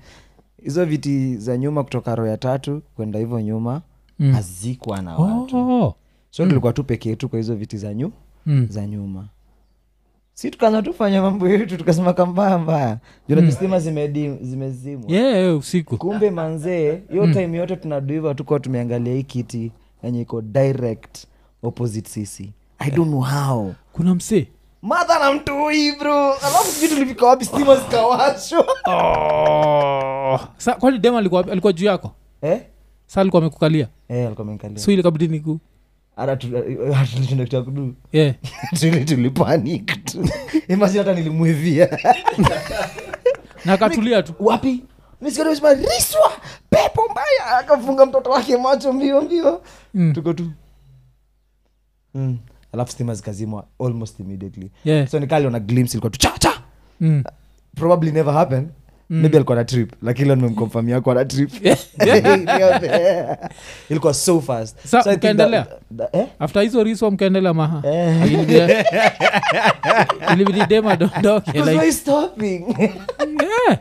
Speaker 2: hizo viti za nyuma kutoka roho ya tatu kwenda hivyo nyuma
Speaker 1: Mm.
Speaker 2: hazikuwa na watu
Speaker 1: Oh.
Speaker 2: so tulikuwa tu peke yetu kwa hizo viti za nyu
Speaker 1: Mm.
Speaker 2: za nyuma si tukaanza tufanya mambo yetu tukasema kambaya mbaya junajistima zimezimwa
Speaker 1: Mm. Yeah, Mm. yeah, usiku
Speaker 2: kumbe manzee hiyo time yote tunaduiva tukuwa tumeangalia hii kiti yenye iko direct opposite sisi i don't know how
Speaker 1: kuna msee
Speaker 2: madha na mtui bro alafu sijui tulifika wapi stima zikawashwa
Speaker 1: sa kwani dem alikuwa, alikuwa juu yako
Speaker 2: eh?
Speaker 1: sa alikuwa amekukalia
Speaker 2: Eh, alikuwa ameniangalia.
Speaker 1: so ile kabidi niku
Speaker 2: Hata tu- hata tulienda kitu ya kudu.
Speaker 1: yeah.
Speaker 2: Tuli- tulipanic tu. Imagine hata nilimwivia
Speaker 1: na akatulia tu
Speaker 2: wapi misikasema riswa pepo mbaya akafunga mtoto wake macho mbio mbio
Speaker 1: Mm.
Speaker 2: tuko tu mm. alafu stima zikazimwa almost immediately
Speaker 1: Yeah.
Speaker 2: so nikaliona glimpse ilikuwa tu cha cha
Speaker 1: mm.
Speaker 2: probably never happen mm. maybe alikuwa na trip lakini leo nimemconfirm yako na trip ilikuwa so fast
Speaker 1: Sa,
Speaker 2: so I think
Speaker 1: mkaendelea?
Speaker 2: that- that- eh?
Speaker 1: after hizo riswa mkaendelea maha
Speaker 2: Eh.
Speaker 1: Ilibidi- ilibidi dem adondoke
Speaker 2: Because
Speaker 1: like,
Speaker 2: why stopping
Speaker 1: yeah.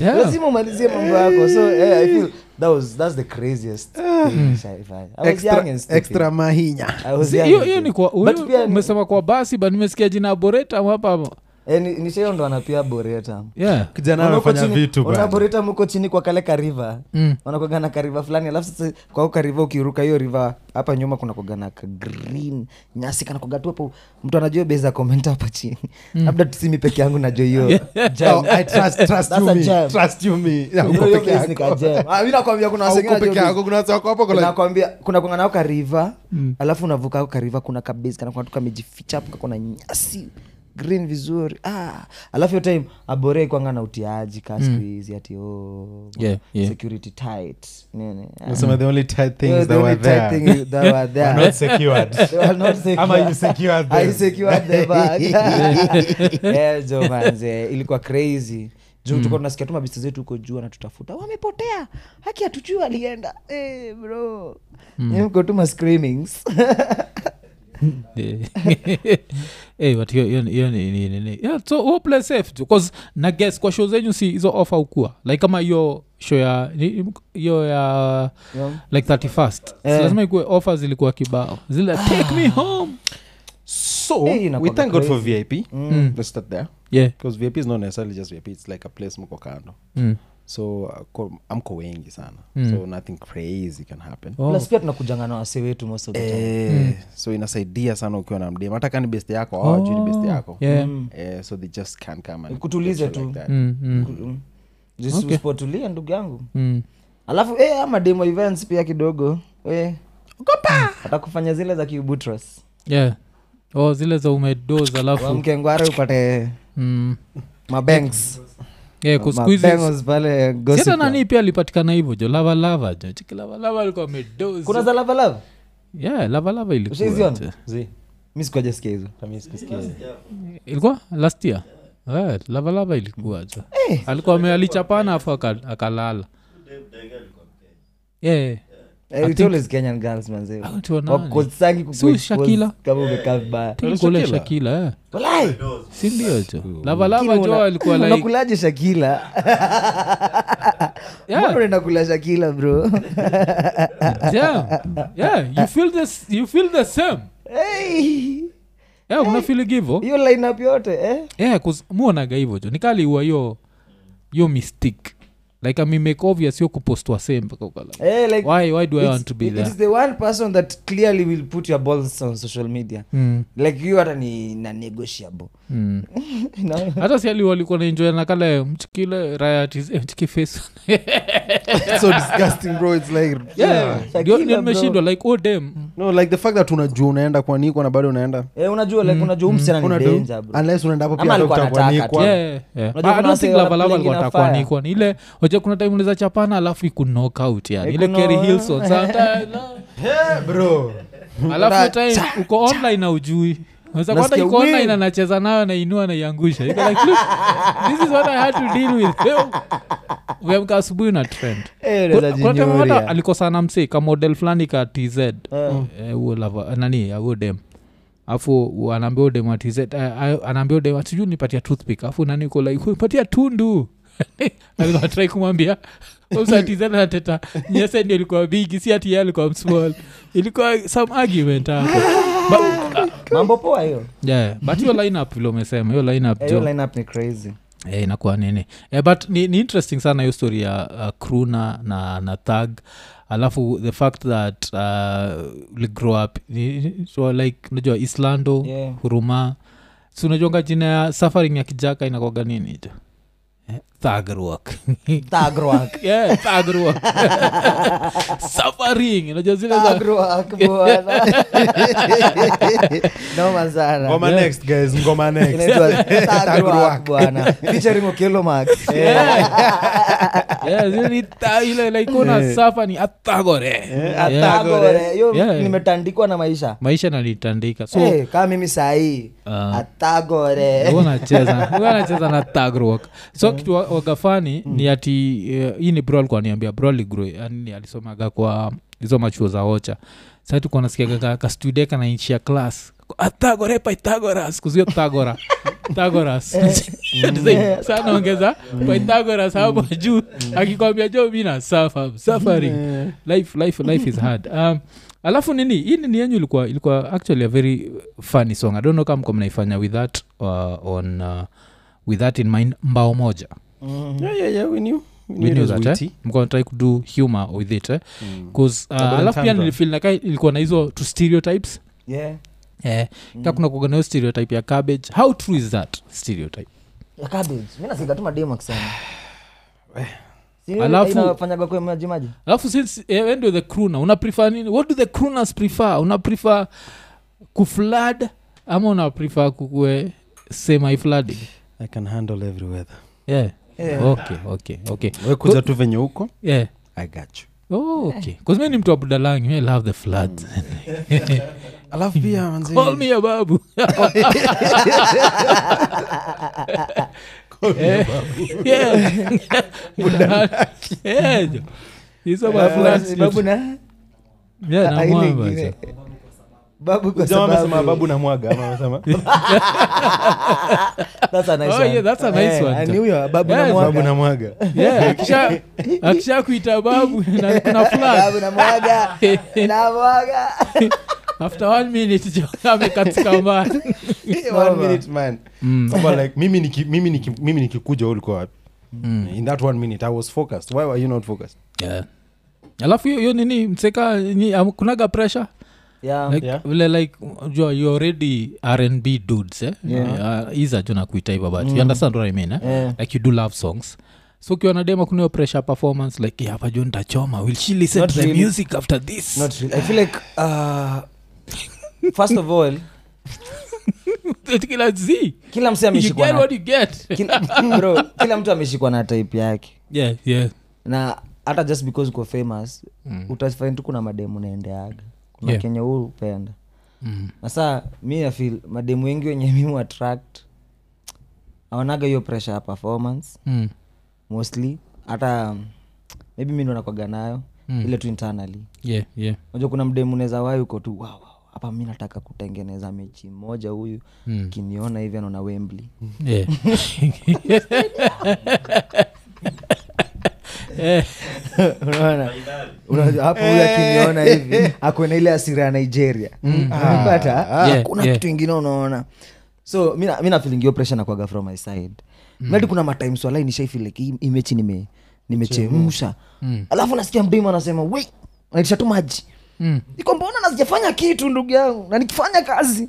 Speaker 1: Yeah.
Speaker 2: lazima umalizie mambo yako so eh, I feel that was, that's the craziest thing nishaifanya. I was young and
Speaker 3: Extra-
Speaker 2: stupid.
Speaker 3: extra mahinya
Speaker 2: I was
Speaker 1: Si,
Speaker 2: young
Speaker 1: hiyo
Speaker 2: and
Speaker 1: hiyo ni
Speaker 2: stupid.
Speaker 1: kwa
Speaker 2: But
Speaker 1: huyo
Speaker 2: pia ni-
Speaker 1: umesema kwa basi but nimesikia jina aboretam hapa
Speaker 2: eh, nishaio ndo anapia boreta
Speaker 1: yeah.
Speaker 4: kijana
Speaker 2: Unaona uko
Speaker 4: amefanya
Speaker 2: chini-
Speaker 4: vitu
Speaker 2: unaona
Speaker 4: bana.
Speaker 2: boreta mko chini kwa kale kariva
Speaker 1: Mm.
Speaker 2: wanakuaga na kariva fulani alafu sasa kwa huko kariva ukiruka hiyo riva hapa nyuma kuna kuaga na ka green nyasi kana kuaga tu hapo mtu anajua base ya comment hapa chini labda tusimi peke yangu najua hiyo
Speaker 4: Oh, I trust- trust
Speaker 2: That's
Speaker 4: you
Speaker 2: a
Speaker 4: me,
Speaker 2: gem.
Speaker 4: trust you me. Yeah, uko
Speaker 2: Hiyo- hiyo
Speaker 4: peke
Speaker 2: base
Speaker 4: yako.
Speaker 2: ni ka gem. Ah, mi nakwambia kuna
Speaker 4: Ah,
Speaker 2: wasengine
Speaker 4: uko peke
Speaker 2: wanajua
Speaker 4: yako, kuna watu wako hapo, kuna-
Speaker 2: nakwambia kuna kwanganao kariva mm. alafu unavuka ako kariva kuna kabezi kana kuna tukamejificha hapo kakona nyasi green vizuri ah. alafu hiyo time abore kwanga na utiaji ka
Speaker 4: Mm.
Speaker 2: siku hizi ati oh,
Speaker 1: Yeah, yeah.
Speaker 2: security tight nini ah.
Speaker 4: Unasema the only tight things
Speaker 2: Yeah, the
Speaker 4: that
Speaker 2: only
Speaker 4: were
Speaker 2: tight
Speaker 4: there
Speaker 2: thing that were
Speaker 4: were
Speaker 2: there.
Speaker 4: not secured.
Speaker 2: They were not
Speaker 4: Ama you
Speaker 2: secured.
Speaker 4: secured
Speaker 2: Ah, you
Speaker 4: them.
Speaker 2: secured the bag. Eh, jo manze ilikuwa crazy juu tulikuwa tunasikia tu mabista zetu huko juu anatutafuta wamepotea haki hatujui walienda Eh, bro Yaani mko tu ma screamings
Speaker 1: Eh. Eh, but hiyo- hiyo ni- hiyo ni- ni- ni- ni- yeah, so hope less safe tu. 'Cause na guess kwa show zenyu si hizo ofa ukua like kama hiyo show ya ni- hiyo ya
Speaker 2: Yeah.
Speaker 1: like 31st Si
Speaker 2: Eh. Ah.
Speaker 1: lazima ikue ofa zilikuwa kibao zile take me home
Speaker 3: so
Speaker 2: Hey,
Speaker 3: we
Speaker 2: inakuwaga
Speaker 3: thank god for
Speaker 2: crazy.
Speaker 3: vip
Speaker 1: Mm.
Speaker 3: let's start there
Speaker 1: yeah
Speaker 3: because vip is not necessarily just vip it's like a place mko kando
Speaker 1: mm.
Speaker 3: so uh, ko- amko wengi sana so nothing crazy can happen
Speaker 1: Oh. Mm.
Speaker 2: plus pia tunakujanga na wase wetu most of the time
Speaker 3: Eh, so inasaidia sana ukiwa na mdem hata kani best yako oh, ni best yako
Speaker 1: yeah.
Speaker 4: Mm.
Speaker 3: eh, so they just can come and
Speaker 2: Kutulize
Speaker 3: get you like
Speaker 2: tu.
Speaker 3: that.
Speaker 1: Mm, mm,
Speaker 2: Mm. Just usipotulia ndugu yangu
Speaker 1: mm.
Speaker 2: alafu eh, ama demo events pia kidogo we hata kufanya zile za kiubutros
Speaker 1: yeah oh, zile za umedoz alafu
Speaker 2: wamkengware upate
Speaker 1: mm.
Speaker 2: mabanks
Speaker 1: yeah, kusikuhizi
Speaker 2: mabengals pale gossip
Speaker 1: sita
Speaker 2: club.
Speaker 1: nani pia alipatikana hivyo jo lavalava jo chiki lavalava alikuwa amedoz
Speaker 2: kuna za lavalava
Speaker 1: yeah lavalava ilikuwa
Speaker 2: Ushaiziona?
Speaker 1: jo.
Speaker 3: Zii,
Speaker 2: mi sikuwajasikia hizo
Speaker 3: kama sikisikia.
Speaker 1: ilikuwa last year Eh, lavalava ilikuwa jo
Speaker 2: Eh.
Speaker 1: alikuwa ame- alichapana afu aka- akalala Yeah.
Speaker 2: Eh, it's always Kenyan girls manze.
Speaker 1: Hao ndio nani?
Speaker 2: Wakosangi
Speaker 1: Si huyu Shakila?
Speaker 2: kukuexpose kama umekaa vibaya
Speaker 1: Think kule shakila eh.
Speaker 2: Walai!
Speaker 1: si ndio jo lavalava
Speaker 2: Lakini
Speaker 1: jo
Speaker 2: una-
Speaker 1: alikuwa like
Speaker 2: unakulaje shakila
Speaker 1: Yeah.
Speaker 2: Mbona unaenda kula shakila bro
Speaker 1: yeah, yeah, you feel this, you feel the same
Speaker 2: Hey!
Speaker 1: yeah, kuna feeling hivyo
Speaker 2: hiyo lineup yote eh?
Speaker 1: yeah, 'cause muonaga hivyo jo nikaliua hiyo hiyo mistake like amimake obvious hiyo kupostwa same mpaka ukala
Speaker 2: Eh, like,
Speaker 1: why, why do i
Speaker 2: it's-
Speaker 1: want to be
Speaker 2: it-
Speaker 1: there
Speaker 2: it's the one person that clearly will put your balls on social media
Speaker 1: Mm,
Speaker 2: like you hata ni na negotiable
Speaker 1: mm.
Speaker 2: You know?
Speaker 1: hata siali walikuwa nainjoya na kale mchikile eh, rayatmchikiface
Speaker 4: It's so disgusting, bro. It's like-
Speaker 2: Shakira, bro.
Speaker 1: nimeshindwa like oh dem
Speaker 3: no like the fact that unajua unaenda kwa niko na bado unaenda
Speaker 2: Eh, unajua like unajua huu msichana ni
Speaker 3: Una do-
Speaker 2: danger, bro.
Speaker 4: unless unaenda hapo
Speaker 2: Ama
Speaker 4: pia
Speaker 2: alikuwa
Speaker 4: hata
Speaker 2: anataka
Speaker 4: utakuwa
Speaker 2: tu.
Speaker 4: nikwa.
Speaker 1: yeah, yeah.
Speaker 2: Unajua
Speaker 1: I- I
Speaker 2: kuna
Speaker 1: don't think
Speaker 2: wase wana
Speaker 1: Lavalava
Speaker 2: playing in a
Speaker 1: watakuwa
Speaker 2: fire.
Speaker 1: nikwa. Ni ile waja kuna time unaeza chapana alafu ikunock out yani ile
Speaker 2: Ikuno-
Speaker 1: Kerry Hilson sometimes, la. alafu time uko online aujui
Speaker 2: Nasikia wing.
Speaker 1: unazakwataikonain anacheza nayo nainua naiangusha Iko like, look, this is what i had to deal with uamka asubuhi na trend
Speaker 2: Eh,
Speaker 1: Kuna-
Speaker 2: unaweza
Speaker 1: kuna time hata
Speaker 2: jinyuria.
Speaker 1: alikosana msee ka model fulani ka tz Eh, huo lava- nani huo dem afu anaambia udem wa tz eh, ayo- anaambia udem atiju nipatia toothpick afu nani uko like "Wewe, patia tundu alikatrai kumwambia usatiz anateta nyese ndio ilikuwa bigi si ati yeye alikuwa msmall ilikuwa some argument hapo But-
Speaker 2: mambo poa hiyo
Speaker 1: yeah, but hiyo lineup vile umesema hiyo lineup
Speaker 2: Eh, hiyo
Speaker 1: jo
Speaker 2: lineup ni crazy
Speaker 1: Eh, inakuwa nini eh, but ni, ni interesting sana hiyo story ya uh, kruna na na thag alafu the fact that uh, li- grow up ni- ni- so like unajua islando
Speaker 2: Yeah.
Speaker 1: huruma si unajuanga jina ya suffering ya kijaka inakwaga nini jo eh, thagrok
Speaker 2: Tagruak.
Speaker 1: yeah, thagrok suffering unajua zile za
Speaker 2: Tagruak, bwana. Noma sana.
Speaker 4: Ngoma next, guys, ngoma next.
Speaker 2: Inaitwa Tagruak, bwana. Featuring Okello Max.
Speaker 1: Yeah. Yeah, zile ni tha- ile like
Speaker 2: Eh.
Speaker 1: una suffer ni athagore Yeah.
Speaker 2: Atagore. Hiyo
Speaker 1: Yeah.
Speaker 2: nimetandikwa na maisha
Speaker 1: maisha nalitandika so
Speaker 2: Eh, kama mimi sahii
Speaker 1: Ah.
Speaker 2: atagore
Speaker 1: Huwa anacheza huwa anacheza na tagrok so kitu wa- wagafani ni ati eh, hii ni Yaani bro alikuwa niambia bro aligro yani alisomaga kwa hizo machuo za ocha sa tulikuwa nasikiaga ka- ka studio yake kanaishia class athagore pythagoras kuzio thagora thagoras
Speaker 4: Eh, mm.
Speaker 1: Design. Sa anaongeza pythagoras hapo juu
Speaker 4: Mm.
Speaker 1: akikwambia jo mi na suffer, I'm suffering life life life is hard um, alafu nini hii nini yenyu ilikuwa ilikuwa actually a very funny song i don't know kama mko mnaifanya with that uh, on uh, with that in mind mbao moja
Speaker 3: Yeah, yeah, yeah, we knew. We
Speaker 1: We
Speaker 3: knew
Speaker 1: knew
Speaker 3: it was
Speaker 1: that,
Speaker 3: witty.
Speaker 1: eh? mko natrai kudo humor with it eh? 'Cause, uh,
Speaker 4: Mm. Double
Speaker 1: alafu pia
Speaker 4: entendre.
Speaker 1: nilifil naka ilikuwa na hizo tu stereotypes
Speaker 2: yeah.
Speaker 1: eh,
Speaker 4: Mm.
Speaker 1: ka kuna kuga nayo stereotype ya cabbage how true is that stereotype
Speaker 2: Ya cabbage. mi nasikia tu mademo akisema. Eh. Si
Speaker 1: Alafu-
Speaker 2: inafanyaga kwa maji maji
Speaker 1: alafu since eh, wewe ndio the crooner una prefer nini what do the crooners prefer una prefer kuflad ama una prefer eh, kukue semi flooding
Speaker 3: I can handle every weather.
Speaker 1: yeah. okay okay okay
Speaker 3: we kuja tu venye huko
Speaker 1: yeah
Speaker 3: i got you
Speaker 1: Oh, okay. 'Cause mi ni mtu wa budalangi I love the floods
Speaker 3: alafu pia manze-
Speaker 1: call me a babu Eh, yeah. Yeah, jo. Hizo ma
Speaker 2: Babu-
Speaker 1: floods
Speaker 2: babu
Speaker 1: ni-
Speaker 3: eh?
Speaker 2: na
Speaker 1: Yeah, na
Speaker 2: aina
Speaker 1: mwamba
Speaker 2: ingine.
Speaker 1: jo.
Speaker 2: babu kwa
Speaker 4: Jamaa amesema
Speaker 2: sababu-
Speaker 4: babu na mwaga ama amesema
Speaker 2: That's a nice
Speaker 1: Oh,
Speaker 2: one.
Speaker 1: yeah, that's a nice
Speaker 2: Eh,
Speaker 1: one.
Speaker 2: and huyo, babu na
Speaker 1: Yeah,
Speaker 2: mwaga.
Speaker 4: babu na mwaga
Speaker 1: Yeah, akisha- akisha kuita babu na kuna flood
Speaker 2: Babu na mwaga. Na mwaga.
Speaker 1: after one minute jo amekatika mbali
Speaker 4: one minute man
Speaker 3: Hmm.
Speaker 4: Somebody like mimi niki- mimi niki- mimi nikikuja wewe ulikuwa wapi in that one minute i was focused why were you not focused
Speaker 1: Yeah. alafu hiyo- hiyo nini mseka ni- am- kunaga pressure
Speaker 2: Yeah.
Speaker 1: like,
Speaker 4: Yeah.
Speaker 1: vile like unajua, you already rnb dudes eh?
Speaker 2: Yeah. Mm.
Speaker 1: uh, iza juu nakuita hivyo but you understand what I mean, eh? like you do love songs so ukiwa na dema kuna hiyo pressure ya performance like "Yeah, hapa jo ntachoma will she listen
Speaker 2: Not
Speaker 1: to the
Speaker 2: really.
Speaker 1: music after this
Speaker 2: Not really. I feel like, uh, first of all
Speaker 1: kila z
Speaker 2: kila mse
Speaker 1: you
Speaker 2: ameshikwa
Speaker 1: get
Speaker 2: na
Speaker 1: what you get
Speaker 2: kila, bro, kila mtu ameshikwa na type yake
Speaker 1: yeah, yeah.
Speaker 2: na hata just because uko famous mm. utafind tu kuna mademu naendeaga kuna
Speaker 1: Yeah.
Speaker 2: yeah. kenye huu upenda
Speaker 1: Mm.
Speaker 2: na saa mi afil mademu wengi wenye mimi attract aonaga hiyo pressure ya performance
Speaker 1: Mm.
Speaker 2: mostly hata um, maybe mi ndo nakwaga nayo mm. ile tu internally
Speaker 1: yeah, yeah.
Speaker 2: unajua kuna mdemu unaweza wai uko tu wow, wow, hapa mi nataka kutengeneza mechi moja huyu mm. kiniona hivi anaona wembly
Speaker 1: Yeah.
Speaker 2: unaona
Speaker 1: Mm.
Speaker 2: Unajua, hapo huyu akiniona
Speaker 1: Eh.
Speaker 2: hivi akona ile asira ya nigeria Unanipata? Ah,
Speaker 1: Mm. Yeah,
Speaker 2: kuna
Speaker 1: yeah.
Speaker 2: kitu ingine unaona so mi na- mi nafilingio pressure nakwaga from my side
Speaker 1: Mm.
Speaker 2: mradi kuna matimes walai nishaifil like hii- hii mechi nime nimechemsha alafu nasikia mdemu anasema we naitisha tu maji
Speaker 1: Mm.
Speaker 2: niko mbona nasijafanya kitu ndugu yangu na nikifanya kazi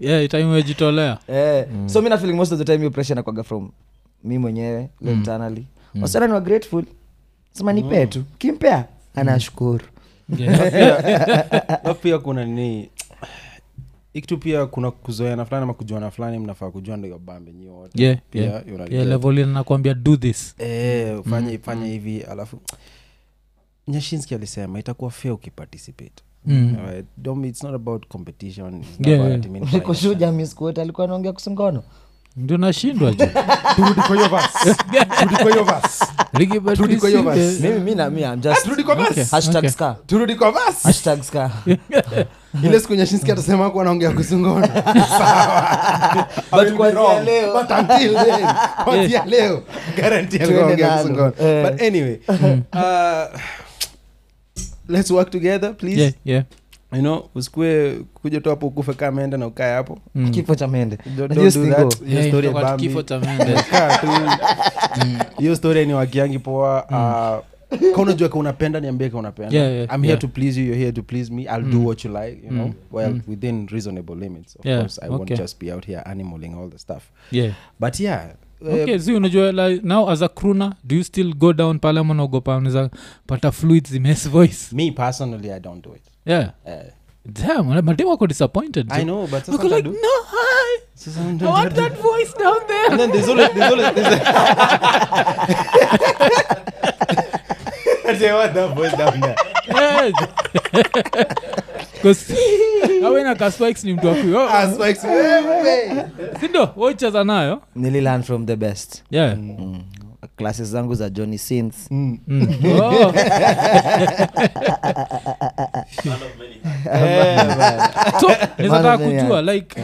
Speaker 1: yeah, time umejitolea
Speaker 2: Eh, so mi nafeeling most of the time hiyo pressure nakwaga from mi mwenyewe mm. Mm. internally wasichana ni wa grateful sema nipee tu kimpea anashukuru
Speaker 1: yeah.
Speaker 3: alafu pia kuna nini ikitu pia kuna kuzoeana fulani ama kujuana fulani mnafaa kujua ndio bambe nyi wote
Speaker 1: yeah,
Speaker 3: Pia,
Speaker 1: yeah.
Speaker 3: you know,
Speaker 1: yeah, level ile nakwambia do this Mm,
Speaker 3: eh, fanya fanya hivi alafu nyashinski alisema itakuwa fair ukiparticipate
Speaker 1: mm.
Speaker 3: Alright, don't be- it's not about competition it's not
Speaker 1: Yeah,
Speaker 3: about
Speaker 1: yeah.
Speaker 3: ati mimi
Speaker 2: Uliko
Speaker 3: nafanya
Speaker 2: show James Kuota, alikuwa anaongea kusungono
Speaker 1: ndio nashindwa ju
Speaker 4: turudi kwa hiyo verse turudi kwa hiyo verse Turudi kwa hiyo verse.
Speaker 2: mimi mi na mi I'm just
Speaker 4: turudi kwa verse
Speaker 2: hashtag
Speaker 1: okay.
Speaker 2: ska
Speaker 4: turudi kwa verse
Speaker 2: hashtag ska
Speaker 4: ile siku nyashinski atasema kuwa anaongea kuzungona
Speaker 2: But kuanzia leo.
Speaker 4: kwanzia leo guarantee alikuwa
Speaker 2: Tuende
Speaker 4: anaongea
Speaker 2: nalo.
Speaker 4: kuzungona
Speaker 2: Eh.
Speaker 4: but anyway
Speaker 1: Mm.
Speaker 4: uh,
Speaker 3: let's work together please
Speaker 1: yeah, yeah.
Speaker 3: you know usikue kuja tu hapo ukufe kaa mende na ukae hapo
Speaker 1: Mm.
Speaker 2: kifo cha mende Najua
Speaker 3: Don't- don't do
Speaker 2: single.
Speaker 3: that. Hiyo
Speaker 1: Yeah,
Speaker 3: story ya
Speaker 1: imetoka
Speaker 3: Bambi.
Speaker 1: kifo cha mende.
Speaker 3: Kaa tu.
Speaker 1: Mm.
Speaker 3: hiyo story ni wakiangi poa uh, ka unajua ka unapenda niambie ka unapenda
Speaker 1: Yeah, yeah,
Speaker 3: i'm here
Speaker 1: yeah. Mm.
Speaker 3: to please you you're here to please me i'll do what you like you know well within reasonable limits of
Speaker 1: Yeah,
Speaker 3: course i
Speaker 1: okay.
Speaker 3: won't just be out here animaling all the stuff
Speaker 1: yeah.
Speaker 3: but yeah uh,
Speaker 1: okay si unajua like, now as a crooner do you still go down pale ama naogopa naeza pata fluids imes voice
Speaker 3: me personally i don't do it
Speaker 1: yeah
Speaker 3: Eh,
Speaker 1: Damn, wale- madem wako disappointed
Speaker 3: i know but
Speaker 1: Wako
Speaker 3: sasa
Speaker 1: like,
Speaker 3: do-
Speaker 1: no hi
Speaker 3: sasa
Speaker 1: i
Speaker 3: ndo-
Speaker 1: want that voice down
Speaker 3: And
Speaker 1: there
Speaker 3: then there's always, there's always, there's a-
Speaker 4: they want that voice down there.
Speaker 1: Yeah. 'Cause- awe na kaspikes ni mtu waku- oh,
Speaker 4: Ah, Spikes, wewe.
Speaker 1: sindo woicheza nayo
Speaker 2: nililearn from the best
Speaker 1: yeah
Speaker 2: Mm. classes zangu za johnny sins
Speaker 1: Mm. Oh.
Speaker 2: Eh,
Speaker 1: so
Speaker 2: Mara
Speaker 1: nizataka
Speaker 2: mbili,
Speaker 1: kujua like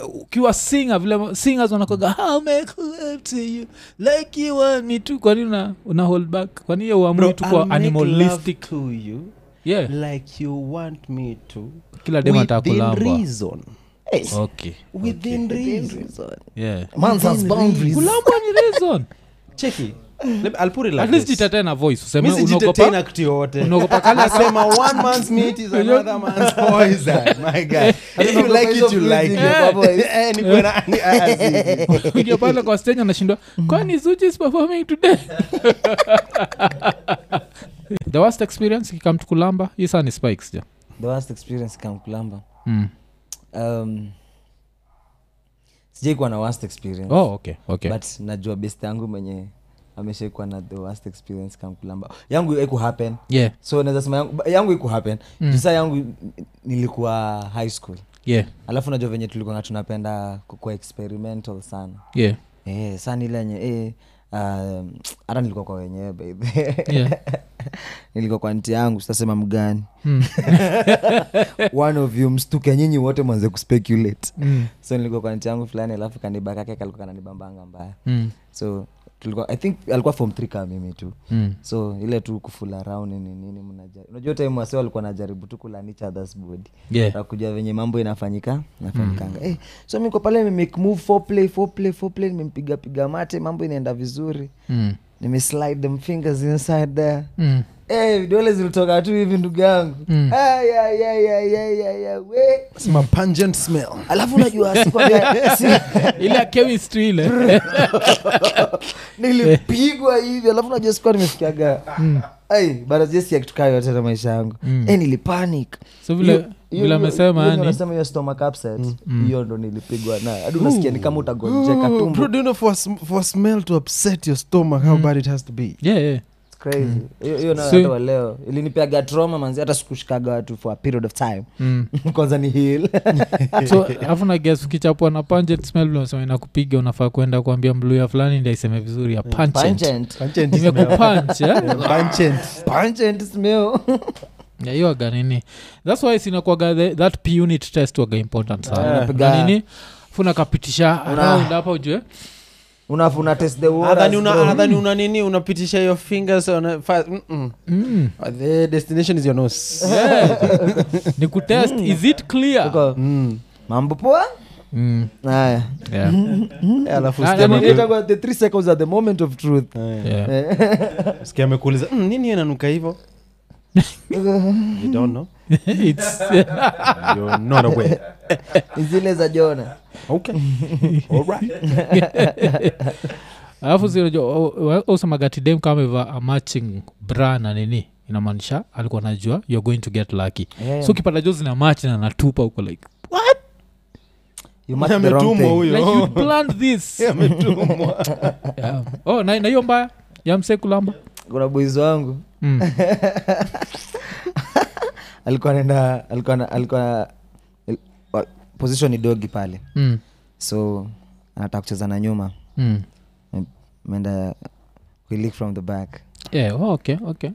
Speaker 1: uh, ukiwa singa vile singers wanakoga how may I come up to you like you want me to kwa nini una, una hold back kwa nini uamui tu kwa animalistic
Speaker 3: to you
Speaker 1: yeah
Speaker 3: like you want me to
Speaker 1: kila dem ataka
Speaker 3: within
Speaker 1: kulamba
Speaker 3: reason
Speaker 2: Hey,
Speaker 1: okay
Speaker 3: within reason
Speaker 1: yeah
Speaker 2: man's has boundaries.
Speaker 1: kulamba ni reason
Speaker 3: cheki Let me- I'll put it like
Speaker 1: at least
Speaker 3: this.
Speaker 1: jitate na voice useme
Speaker 4: Mi sijidetain
Speaker 1: unaogopa
Speaker 4: act yoyote.
Speaker 1: unaogopa kala
Speaker 4: Nasema one man's meat is another man's poison. My God. If you like it, you like it. Eh, ni bwana- ni- ah, ah, si-
Speaker 1: kuingia pale kwa stage anashindwa kwani zuchi is performing today the worst experience ikikam tukulamba hii saa ni spikes ja
Speaker 2: the worst experience kamkulamba
Speaker 1: mm.
Speaker 2: um, sijai kuwa na worst experience
Speaker 1: oh, okay, okay.
Speaker 2: but najua best yangu mwenye ameshaikuwa na the worst experience kamkulamba yangu haiku happen
Speaker 1: yeah,
Speaker 2: so naweza sema yangu, yangu iku happen
Speaker 1: Mm.
Speaker 2: juu saa yangu nilikuwa high school
Speaker 1: yeah,
Speaker 2: alafu najua venye tulikuwa tunapenda kukua experimental sana
Speaker 1: yeah,
Speaker 2: eh, sana ile yenye eh, um, hata nilikuwa kwa wenyewe babe
Speaker 1: yeah.
Speaker 2: nilikuwa kwa nti yangu sitasema mgani
Speaker 1: Mm.
Speaker 2: one of you mstuke nyinyi wote mwanze kuspeculate
Speaker 1: Mm.
Speaker 2: so nilikuwa kwa nti yangu fulani alafu kaniba kake kalikuwa kananibambanga mbaya
Speaker 1: Mm.
Speaker 2: so tulikuwa i think alikuwa form three kama mimi tu
Speaker 1: Mm.
Speaker 2: so ile tu kufula round nini nini mnaja unajua time wase walikuwa najaribu tu kulan each others body
Speaker 1: Yeah. Mm.
Speaker 2: Na kujua venye mambo inafanyika nafanyikanga eh, so miko pale nimemake move for play for play for play nimempiga piga mate mambo inaenda vizuri
Speaker 1: Mm.
Speaker 2: nimeslide them fingers inside there
Speaker 1: Mm.
Speaker 2: Eh, vidole zilitoka tu hivi ndugu yangu Ah,
Speaker 1: Mm.
Speaker 2: Ay, ay, ay, ay, ay, ay, ay, we.
Speaker 3: Sema pungent smell
Speaker 2: alafu unajua sikuwa- si-
Speaker 1: ile ya chemistry ile
Speaker 2: nilipigwa
Speaker 1: Eh.
Speaker 2: hivi alafu najua sikuwa nimefikiaga
Speaker 1: Mm.
Speaker 2: ai barajesikia kitu kaa yote na maisha yangu mm. e nilipanic
Speaker 1: so vile
Speaker 2: Hiyo- hiyo-
Speaker 1: vile
Speaker 2: hiyo-
Speaker 1: amesema Mm.
Speaker 2: hiyo ndio
Speaker 1: yani
Speaker 2: nasema hiyo stomach upset hiyo ndo nilipigwa na hadi unasikia ni kama utagonjeka
Speaker 3: Ooh, bro,
Speaker 2: tumbo
Speaker 3: do you know for, sm- for smell to upset your stomach
Speaker 1: Mm.
Speaker 3: how bad it has to be
Speaker 1: yeah, yeah.
Speaker 2: It's crazy
Speaker 1: Mm.
Speaker 2: hiyo hiyo nayo
Speaker 1: So-
Speaker 2: hata wa leo ilinipiaga trauma manzi hata sikushikaga watu for a period of time
Speaker 1: Mm.
Speaker 2: kwanza ni heal
Speaker 1: so alafu nages ukichapwa na pungent smell vile unasema inakupiga unafaa kuenda kuambia mluya fulani ndi aiseme vizuri ya pungent
Speaker 2: pungent
Speaker 4: Pungent smell.
Speaker 1: imekupunch eh?
Speaker 4: Pungent.
Speaker 2: pungent smell
Speaker 1: Yeah, hiyo aga nini thats why sinakwaga the- that p unit test waga important sana
Speaker 2: Unapiga-
Speaker 1: Na nini funa kapitisha around hapa ujue
Speaker 2: unafuna test the
Speaker 3: adhani
Speaker 2: waters,
Speaker 3: una,
Speaker 2: bro.
Speaker 3: adhani una nini unapitisha your fingers on fa- mm-mm.
Speaker 1: mm.
Speaker 3: Uh, the destination is your nose
Speaker 1: ni kutest is it clear
Speaker 2: Mm. Uko- mambo poa
Speaker 1: mm.
Speaker 2: haya
Speaker 1: yeah.
Speaker 2: Mm.
Speaker 3: Eh, alafu
Speaker 1: Ah,
Speaker 3: usikie
Speaker 1: ama-
Speaker 3: mambo-
Speaker 2: Itakuwa the three seconds are the moment of truth
Speaker 1: Yeah.
Speaker 4: Sikia amekuuliza "Mm, nini hiyo inanuka hivo you don't know
Speaker 1: It's-
Speaker 4: you're not aware
Speaker 2: Ni zile za jona
Speaker 4: okay all right
Speaker 1: alafu sinajausamagatidem kama amevaa a matching bra na nini inamaanisha alikuwa najua youare going to get lucky
Speaker 2: Yeah.
Speaker 1: so ukipata jo zina match na natupa huko like
Speaker 2: You marked the wrong
Speaker 4: Ametumwa
Speaker 2: thing.
Speaker 4: huyo.
Speaker 1: like you planned this
Speaker 4: Ametumwa.
Speaker 1: yeah. oh, na na hiyo mbaya ya msee kulamba
Speaker 2: kuna boys wangu
Speaker 1: Mm.
Speaker 2: alikuwa naenda alikuwa na- alikuwa il- wa- position ni dogi pale
Speaker 1: Mm.
Speaker 2: so anataka kucheza na nyuma
Speaker 1: Mm.
Speaker 2: meenda kuilik from the back
Speaker 1: Yeah, oh, okay, okay.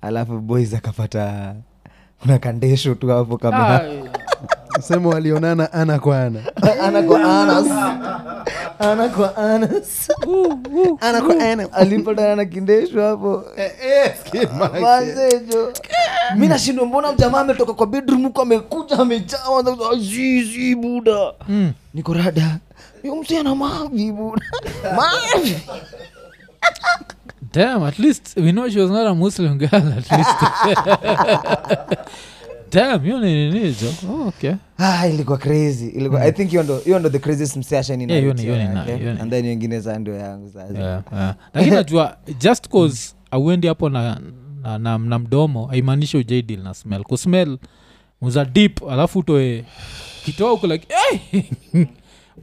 Speaker 2: alafu boys akapata kuna kandesho tu hapo
Speaker 1: Ah,
Speaker 2: kama
Speaker 3: sema walionana ana kwa ana
Speaker 2: ana kwa anas ana kwa anas ana kwa anas alipatana na kindeshu hapo
Speaker 1: Eh,
Speaker 2: Ah, mazejo mi nashindwa mbona mjamaa ametoka kwa bedroom huko amekuja amejawa zizi buda
Speaker 1: Mm.
Speaker 2: niko rada yo msi ana mavi buda mavi
Speaker 1: Damn, at least we know she was not a Muslim girl, at least. Damn, hiyo ni nini jo? Oh, okay.
Speaker 2: ah, ilikuwa crazy ilikuwa i think hiyo ndo hiyo ndo the craziest msashanina
Speaker 1: Hmm. Yeah, hiyo ni- hiyo ni na- hiyo ni-
Speaker 2: and then wengine za ndio yangu sasa
Speaker 1: Yeah, yeah. lakini najua just cause auendi hapo na, na, na, na mdomo aimaanishi ujaidil na smell kusmell uza deep alafu utoe kitoa huko like hey!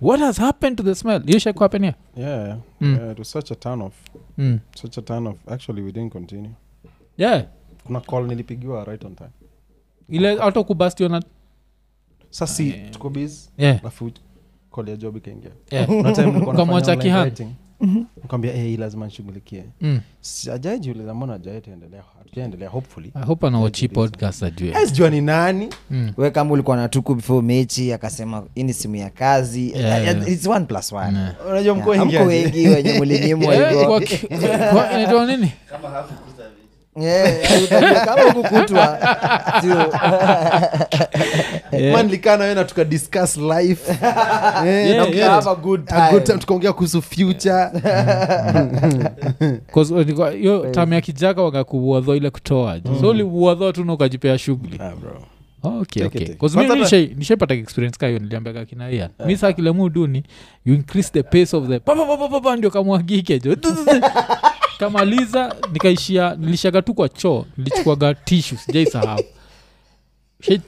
Speaker 1: what has happened to the smell hiyo shai kuhappen here?
Speaker 4: yeah
Speaker 1: Mm.
Speaker 4: yeah, it was such a turn off
Speaker 1: Mm.
Speaker 4: such a turn off actually we didn't continue
Speaker 1: yeah
Speaker 4: kuna call nilipigiwa right on time
Speaker 1: ile auto kubastiona
Speaker 4: sasi tuko biz
Speaker 1: Ah, yeah
Speaker 4: alafu call ya job ikaingia
Speaker 1: yeah
Speaker 4: Kuna time nilikuwa nafanya
Speaker 1: Ukamwacha
Speaker 4: online
Speaker 1: kihang.
Speaker 2: Mhm.
Speaker 4: writing. kambia hey, lazima nshughulikie
Speaker 1: mm.
Speaker 4: ajaejiuliza mbona ajaetaendelea hatujaendelea hopefully
Speaker 1: i hope anawachi podcast ajue
Speaker 4: Yes, jua ni nani
Speaker 2: we kama ulikuwa na tuku before mechi akasema hii ni simu ya kazi
Speaker 1: Yeah, yeah.
Speaker 2: It's one plus one.
Speaker 1: Yeah.
Speaker 4: unajua
Speaker 2: Yeah.
Speaker 4: mko wengi
Speaker 2: Hamko
Speaker 4: aje.
Speaker 2: wengi wenye mlinyimwa
Speaker 1: Eh,
Speaker 2: hivyo.
Speaker 1: kwa ki- kwa- inaitwa nini
Speaker 2: Yeah, utajua kama hukukutwa, sio.
Speaker 4: Man, nilikaa na wewe na tuka discuss life Eh,
Speaker 1: Yeah,
Speaker 4: na
Speaker 1: yeah.
Speaker 4: tuka-
Speaker 2: Have a good
Speaker 4: a good
Speaker 2: time.
Speaker 4: time, tukaongea kuhusu future
Speaker 1: 'Cause walikuwa- hiyo tam ya kijaka wakakuuadho ile kutoa so uliuadho tu na ukajipea shughuli
Speaker 4: Ah, bro.
Speaker 1: okay,
Speaker 4: Take it,
Speaker 1: okay.
Speaker 4: take it. Eh.
Speaker 1: 'Cause
Speaker 4: Kwanza
Speaker 1: mimi nishai- nishaipataka experience kayo niliambiaga kina ia mi saa kile muduni you increase the pace of the papapapapa ndio kamwagike jo kamaliza nikaishia nilishaga tu kwa choo nilichukuaga tishu sijai sahau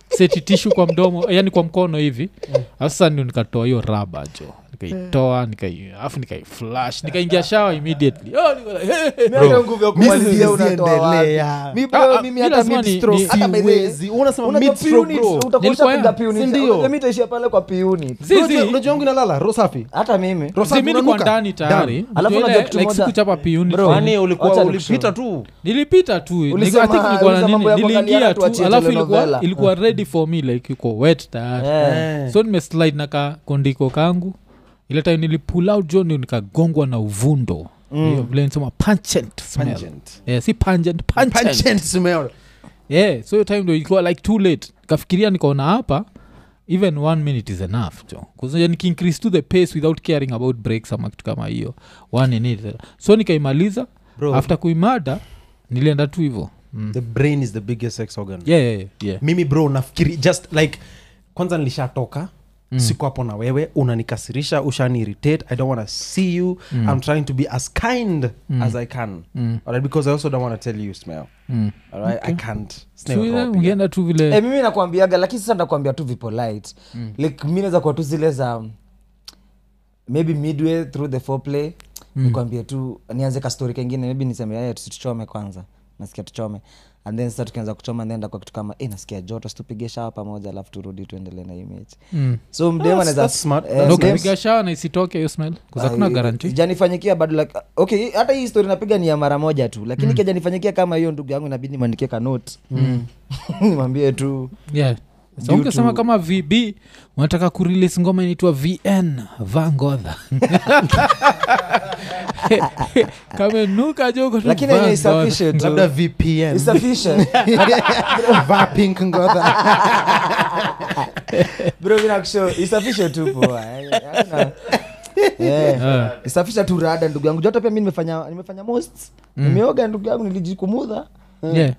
Speaker 1: seti tishu kwa mdomo yani kwa mkono hivi
Speaker 4: Eh.
Speaker 1: sasa ndio nikatoa hiyo raba jo nikaitoa nikai- alafu nikaiflash nikaingia shawa immediately oh, niko like, hey, hey, hey.
Speaker 2: Hata nguvu ya kumalizia
Speaker 4: Mimi siwezi
Speaker 2: unatoa wapi?
Speaker 4: endelea.
Speaker 2: Mi
Speaker 1: Ah,
Speaker 2: bro,
Speaker 1: ah,
Speaker 2: mimi
Speaker 1: mi
Speaker 2: hata
Speaker 1: lazima
Speaker 2: mid
Speaker 1: ni-
Speaker 2: stroke.
Speaker 1: ni-
Speaker 2: Hata by the way,
Speaker 4: Siwezi. Unasema
Speaker 2: unatoa
Speaker 4: mid
Speaker 2: P
Speaker 4: stroke,
Speaker 2: units,
Speaker 4: bro.
Speaker 2: utakuwa
Speaker 1: Nilikuwa
Speaker 2: ushapiga
Speaker 1: ya.
Speaker 2: P units.
Speaker 4: Sindio?
Speaker 2: Mimi itaishia pale kwa P unit.
Speaker 1: Zizi.
Speaker 4: Unajua- unajua wangu inalala roho safi
Speaker 2: hata mimi
Speaker 4: Roho safi
Speaker 1: Mimi niko
Speaker 4: unanuka?
Speaker 1: ndani tayari
Speaker 2: Alafu
Speaker 1: Ndio
Speaker 2: unajua
Speaker 1: ile,
Speaker 2: kitu
Speaker 1: like,
Speaker 2: moja-
Speaker 1: sikuchapa P unit.
Speaker 2: Bro,
Speaker 4: Kwani Eh, ulikuwa
Speaker 2: Wacha
Speaker 4: ulipita
Speaker 2: nikushauri.
Speaker 4: tu
Speaker 1: nilipita tu Ni-
Speaker 2: Ulisema-
Speaker 1: I think nilikuwa na
Speaker 2: ulisema mambo ya
Speaker 1: nini, niliingia
Speaker 2: kuangaliana tu
Speaker 1: tu
Speaker 2: acheze
Speaker 1: alafu ilikuwa,
Speaker 2: telenovela.
Speaker 1: ilikuwa ready for me like iko wet tayari
Speaker 2: Eh.
Speaker 1: so nimeslide na ka kondiko kangu ile time nilipull out jo ndio nikagongwa na uvundo
Speaker 2: Mm.
Speaker 1: Hiyo vile nisema pungent smell.
Speaker 4: Pungent.
Speaker 1: Eh, si pungent, pungent.
Speaker 4: Pungent smell.
Speaker 1: Yeah, so hiyo time ndo ilikuwa like too late kafikiria nikaona hapa even one minute is enough jo kuzoja nikiincrease to the pace without caring about breaks ama kitu kama hiyo one in it. so nikaimaliza
Speaker 4: Bro.
Speaker 1: after kuimada nilienda tu hivo mm.
Speaker 4: the brain is the biggest sex organ
Speaker 1: yeah, yeah, yeah, yeah.
Speaker 4: mimi bro nafikiri just like kwanza nilishatoka mm. siko hapo na wewe unanikasirisha ushaniirritate i don't want to see you mm. i'm trying to be as kind mm. as i can mm. right? because i also don't want to tell you smell
Speaker 1: Mm.
Speaker 4: all right i can't Smell
Speaker 1: So ile
Speaker 4: raw pia.
Speaker 1: ungeenda tu vile
Speaker 2: Eh, mimi nakwambiaga lakini sasa nakwambia tu vipolite mm. like mi naweza kuwa tu zile za um, maybe midway through the foreplay mm. nikwambie tu nianze kastori kengine maybe niseme aya tusichome kwanza nasikia tuchome and then sasa tukianza kuchoma nenda kwa kitu kama eh, nasikia joto situpige shawa pamoja alafu turudi tuendelee na image
Speaker 1: Mm.
Speaker 2: so mdem
Speaker 4: That's-
Speaker 2: anaweza-
Speaker 4: that's smart.
Speaker 2: eh,
Speaker 4: That's
Speaker 1: Na
Speaker 2: mdem-
Speaker 1: ukipiga shawa na isitoke hiyo smell kuzakuna
Speaker 2: Ah,
Speaker 1: garanti
Speaker 2: ijanifanyikia bado like, okay hii- hata hii story napiga ni ya mara moja tu lakini mm. kijanifanyikia kama hiyo ndugu yangu inabidi nimwandikie kanot mm. nimwambie tu
Speaker 1: yeah. so
Speaker 2: Due
Speaker 1: ungesema
Speaker 2: to-
Speaker 1: kama vb unataka kurelease ngoma inaitwa vn vangodha kamenuka joko
Speaker 2: lakini yenye isafishe tu
Speaker 4: labda vpn
Speaker 2: isafishe
Speaker 4: Va pink ngoza.
Speaker 2: bro mimi nakusho isafishe tu poa Eh, hakuna- Eh, isafishe tu rada ndugu yangu jota pia mi nimefanya nimefanya most nimeoga ndugu yangu nilijikumudha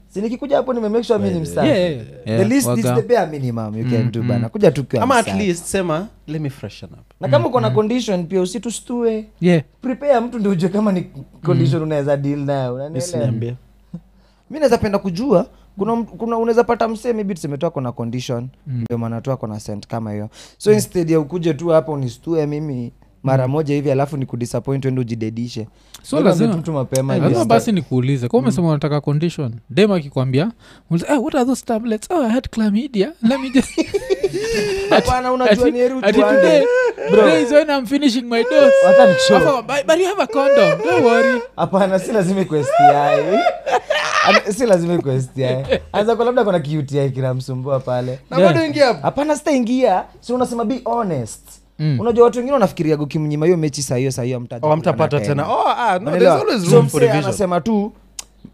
Speaker 2: si nikikuja hapo nimemake sure mi ni msafi
Speaker 1: Yeah, yeah, yeah.
Speaker 2: the least is
Speaker 1: Waga.
Speaker 2: the bare minimum you can do bana kuja tu kwa
Speaker 4: ama at
Speaker 2: msafi.
Speaker 4: least sema let me freshen up
Speaker 2: na kama uko na condition pia usitustue prepare mtu ndio ujue kama ni condition unaweza deal nayo unanielewa
Speaker 4: Usiniambie.
Speaker 2: mi naweza penda kujua kuna, m- kuna unaweza pata msee maybe tuseme tu ako na condition ndio maana tu ako na sent kama hiyo so instead ya ukuje tu hapa unistue mimi mara moja hivi alafu ni kudisappoint wende ujidedishe
Speaker 1: So
Speaker 2: Nikwambie
Speaker 1: lazima-
Speaker 2: tu mtu mapema
Speaker 1: lazima
Speaker 2: ndio-
Speaker 1: basi nikuulize
Speaker 2: Mm.
Speaker 1: kwa umesema unataka condition dem akikwambia uliza, "Eh, what are those tablets oh, i had chlamydia let me just
Speaker 2: Hapana, unajua ni heri
Speaker 1: Ati
Speaker 2: ujuane.
Speaker 1: today,
Speaker 2: Bro.
Speaker 1: today is when i'm finishing my dose
Speaker 2: Wacha nikushow.
Speaker 1: Afa, but, but you have a condom don't worry
Speaker 2: hapana si lazima ikuwe STI. Ana- si lazima ikuwe STI. anaweza kuwa labda kuna kiuti kinamsumbua pale
Speaker 4: na bado ingia hapo
Speaker 2: hapana sitaingia si unasema be honest unajua watu wengine wanafikiria gukimnyima hiyo mechi sahiyo sahiyo
Speaker 4: Oh, hamtapata tena oh, ah, no, there's always
Speaker 2: so
Speaker 4: room
Speaker 2: msee
Speaker 4: for revision
Speaker 2: anasema tu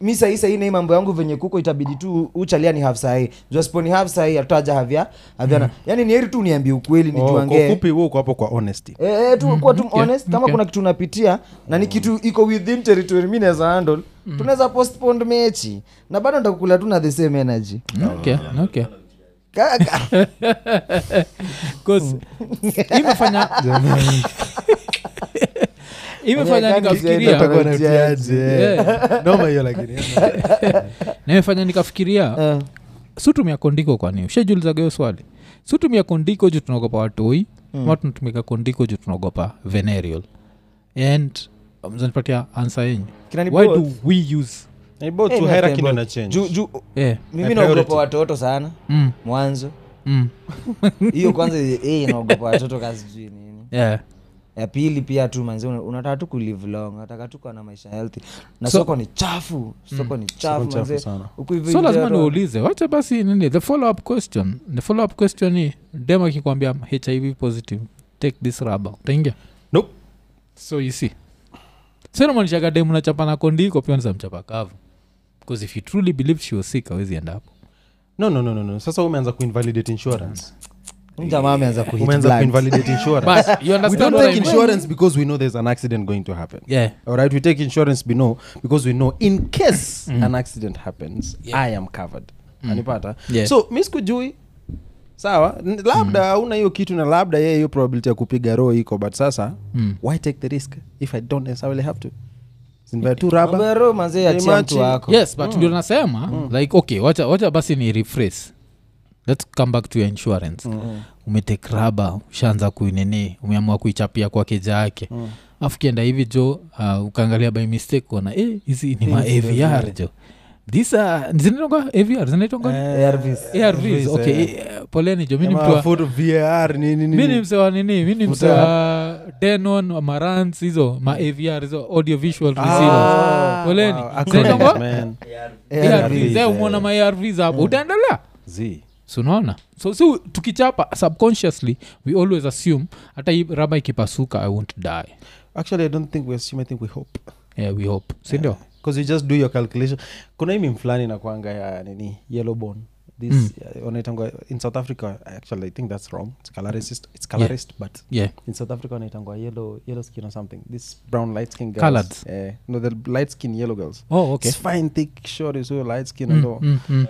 Speaker 2: mi sahii sahii nai mambo yangu venye kuko itabidi tu uchalia ni haf sahii jasponi haf sahii hataja havya havyana yani Yaani ni heri tu niambie ukweli
Speaker 4: Mm. Oh, kwa
Speaker 2: nijuangee
Speaker 4: ufupi Mm, wewe uko hapo kwa honesty
Speaker 2: Eh, eh, tu, kuwa tu
Speaker 1: okay,
Speaker 2: honest kama
Speaker 1: okay.
Speaker 2: kuna kitu unapitia na ni
Speaker 4: Mm.
Speaker 2: kitu iko within territory mi naweza handle tunaweza postpone mechi na bado nitakukula tu na the same energy
Speaker 1: okay okay
Speaker 2: Ka- ka-
Speaker 1: Cause imefanya imefanya
Speaker 2: Jamani,
Speaker 1: nikafikiria
Speaker 2: jamani,
Speaker 1: Yeah.
Speaker 4: noma hiyo lakini
Speaker 1: Na imefanya nikafikiria
Speaker 2: eh.
Speaker 1: sutumia kondiko kwani ushajulizaga hiyo swali sutumia kondiko juu tunaogopa watoi ama tunatumika kondiko juu tunaogopa venerial and mzanipatia ansa yenyu
Speaker 2: Kina ni
Speaker 1: why
Speaker 2: both?
Speaker 1: do we use
Speaker 4: Ni both
Speaker 2: Eh,
Speaker 4: tu
Speaker 2: mi
Speaker 4: hierarchy
Speaker 2: napenda-
Speaker 4: ndio inachange.
Speaker 2: Juu- juu-
Speaker 4: Eh.
Speaker 1: yeah.
Speaker 2: mimi
Speaker 4: Na
Speaker 2: naogopa
Speaker 4: priority.
Speaker 2: watoto sana
Speaker 1: mm.
Speaker 2: mwanzo
Speaker 1: Mm.
Speaker 2: hiyo kwanza eh, inaogopa watoto kazi sijui nini
Speaker 1: Yeah.
Speaker 2: Eh, ya pili pia tu manzi una- unataka tu kulive long unataka tu kuwa na maisha healthy na soko ni chafu soko ni chafu
Speaker 3: chafu
Speaker 2: manze.
Speaker 3: sana.
Speaker 2: Huku hivi
Speaker 1: Mm. so
Speaker 2: nje
Speaker 1: lazima
Speaker 2: watu-
Speaker 1: niulize wacha basi nini the follow up question the follow up question ni dem akikwambia "I'm hiv positive take this rubber utaingia
Speaker 3: Nope.
Speaker 1: so you see sinamaanishaga dem nachapana kondiko pia nizamchapa kavu because if you truly believed she was sick awezi end hapo
Speaker 3: no, no, no, no, no. sasa umeanza kuinvalidate insurance
Speaker 2: Huyu jamaa ameanza kuhit
Speaker 3: umeanza
Speaker 2: blank.
Speaker 3: kuinvalidate insurance
Speaker 1: but you
Speaker 3: we
Speaker 1: understand
Speaker 3: don't
Speaker 1: what I
Speaker 3: take
Speaker 1: mean?
Speaker 3: insurance because we know there's an accident going to happen
Speaker 1: yeah
Speaker 3: all right we take insurance below because we know in case an accident happens i am covered anipata
Speaker 1: Yeah.
Speaker 3: so mi sikujui sawa n- labda una hiyo kitu na labda yeye hiyo probability ya kupiga roho iko but sasa why take the risk if i don't necessarily have to sinvaa tu
Speaker 2: Mambo ya
Speaker 3: raba
Speaker 2: roho manze yachia mtu
Speaker 3: Imagine-
Speaker 2: wako
Speaker 1: yes but ndio nasema like okay wacha, wacha basi ni rephrase lets come back to your insurance mm. umetake raba ushaanza kuinini umeamua kuichapia kwa keja yake mm. afu kienda hivi jo uh, ukaangalia by mistake kuona eh, hizi ni ma avr jo These are- zinaitwanga avr zinaitwanga nini?
Speaker 2: ARVs.
Speaker 1: arvs
Speaker 3: ARVs,
Speaker 1: okay
Speaker 3: eh.
Speaker 1: eh, poleni jo mini mtu
Speaker 3: Jamaa
Speaker 1: wa-
Speaker 3: food var
Speaker 1: mi ni
Speaker 3: nini
Speaker 1: msewa nini mi ni msewa denon marans hizo ma avr hizo audio visual receivers poleni Zinaitwangwa- ARVs, eh, umeona ma arvs hapo utaendelea
Speaker 3: z
Speaker 1: sunaona so si tukichapa subconsciously we always assume hata hii raba ikipasuka i won't die
Speaker 3: actually i don't think we assume i think we hope
Speaker 1: yeah, we hope sindio
Speaker 3: because you just do your calculation kuna hii mfulani nakwanga ya nini yellow bone this
Speaker 1: Mm.
Speaker 3: uh, wanaitangwa in south africa actually i think that's wrong it's colorist, it's colorist but
Speaker 1: yeah
Speaker 3: in south africa wanaitangwa yellow, yellow skin or something this brown light skin girls
Speaker 1: Coloureds.
Speaker 3: Eh, no the light skin yellow girls
Speaker 1: oh okay
Speaker 3: it's fine thick short is all light skin
Speaker 1: Mm,
Speaker 3: and all
Speaker 1: mm, mm,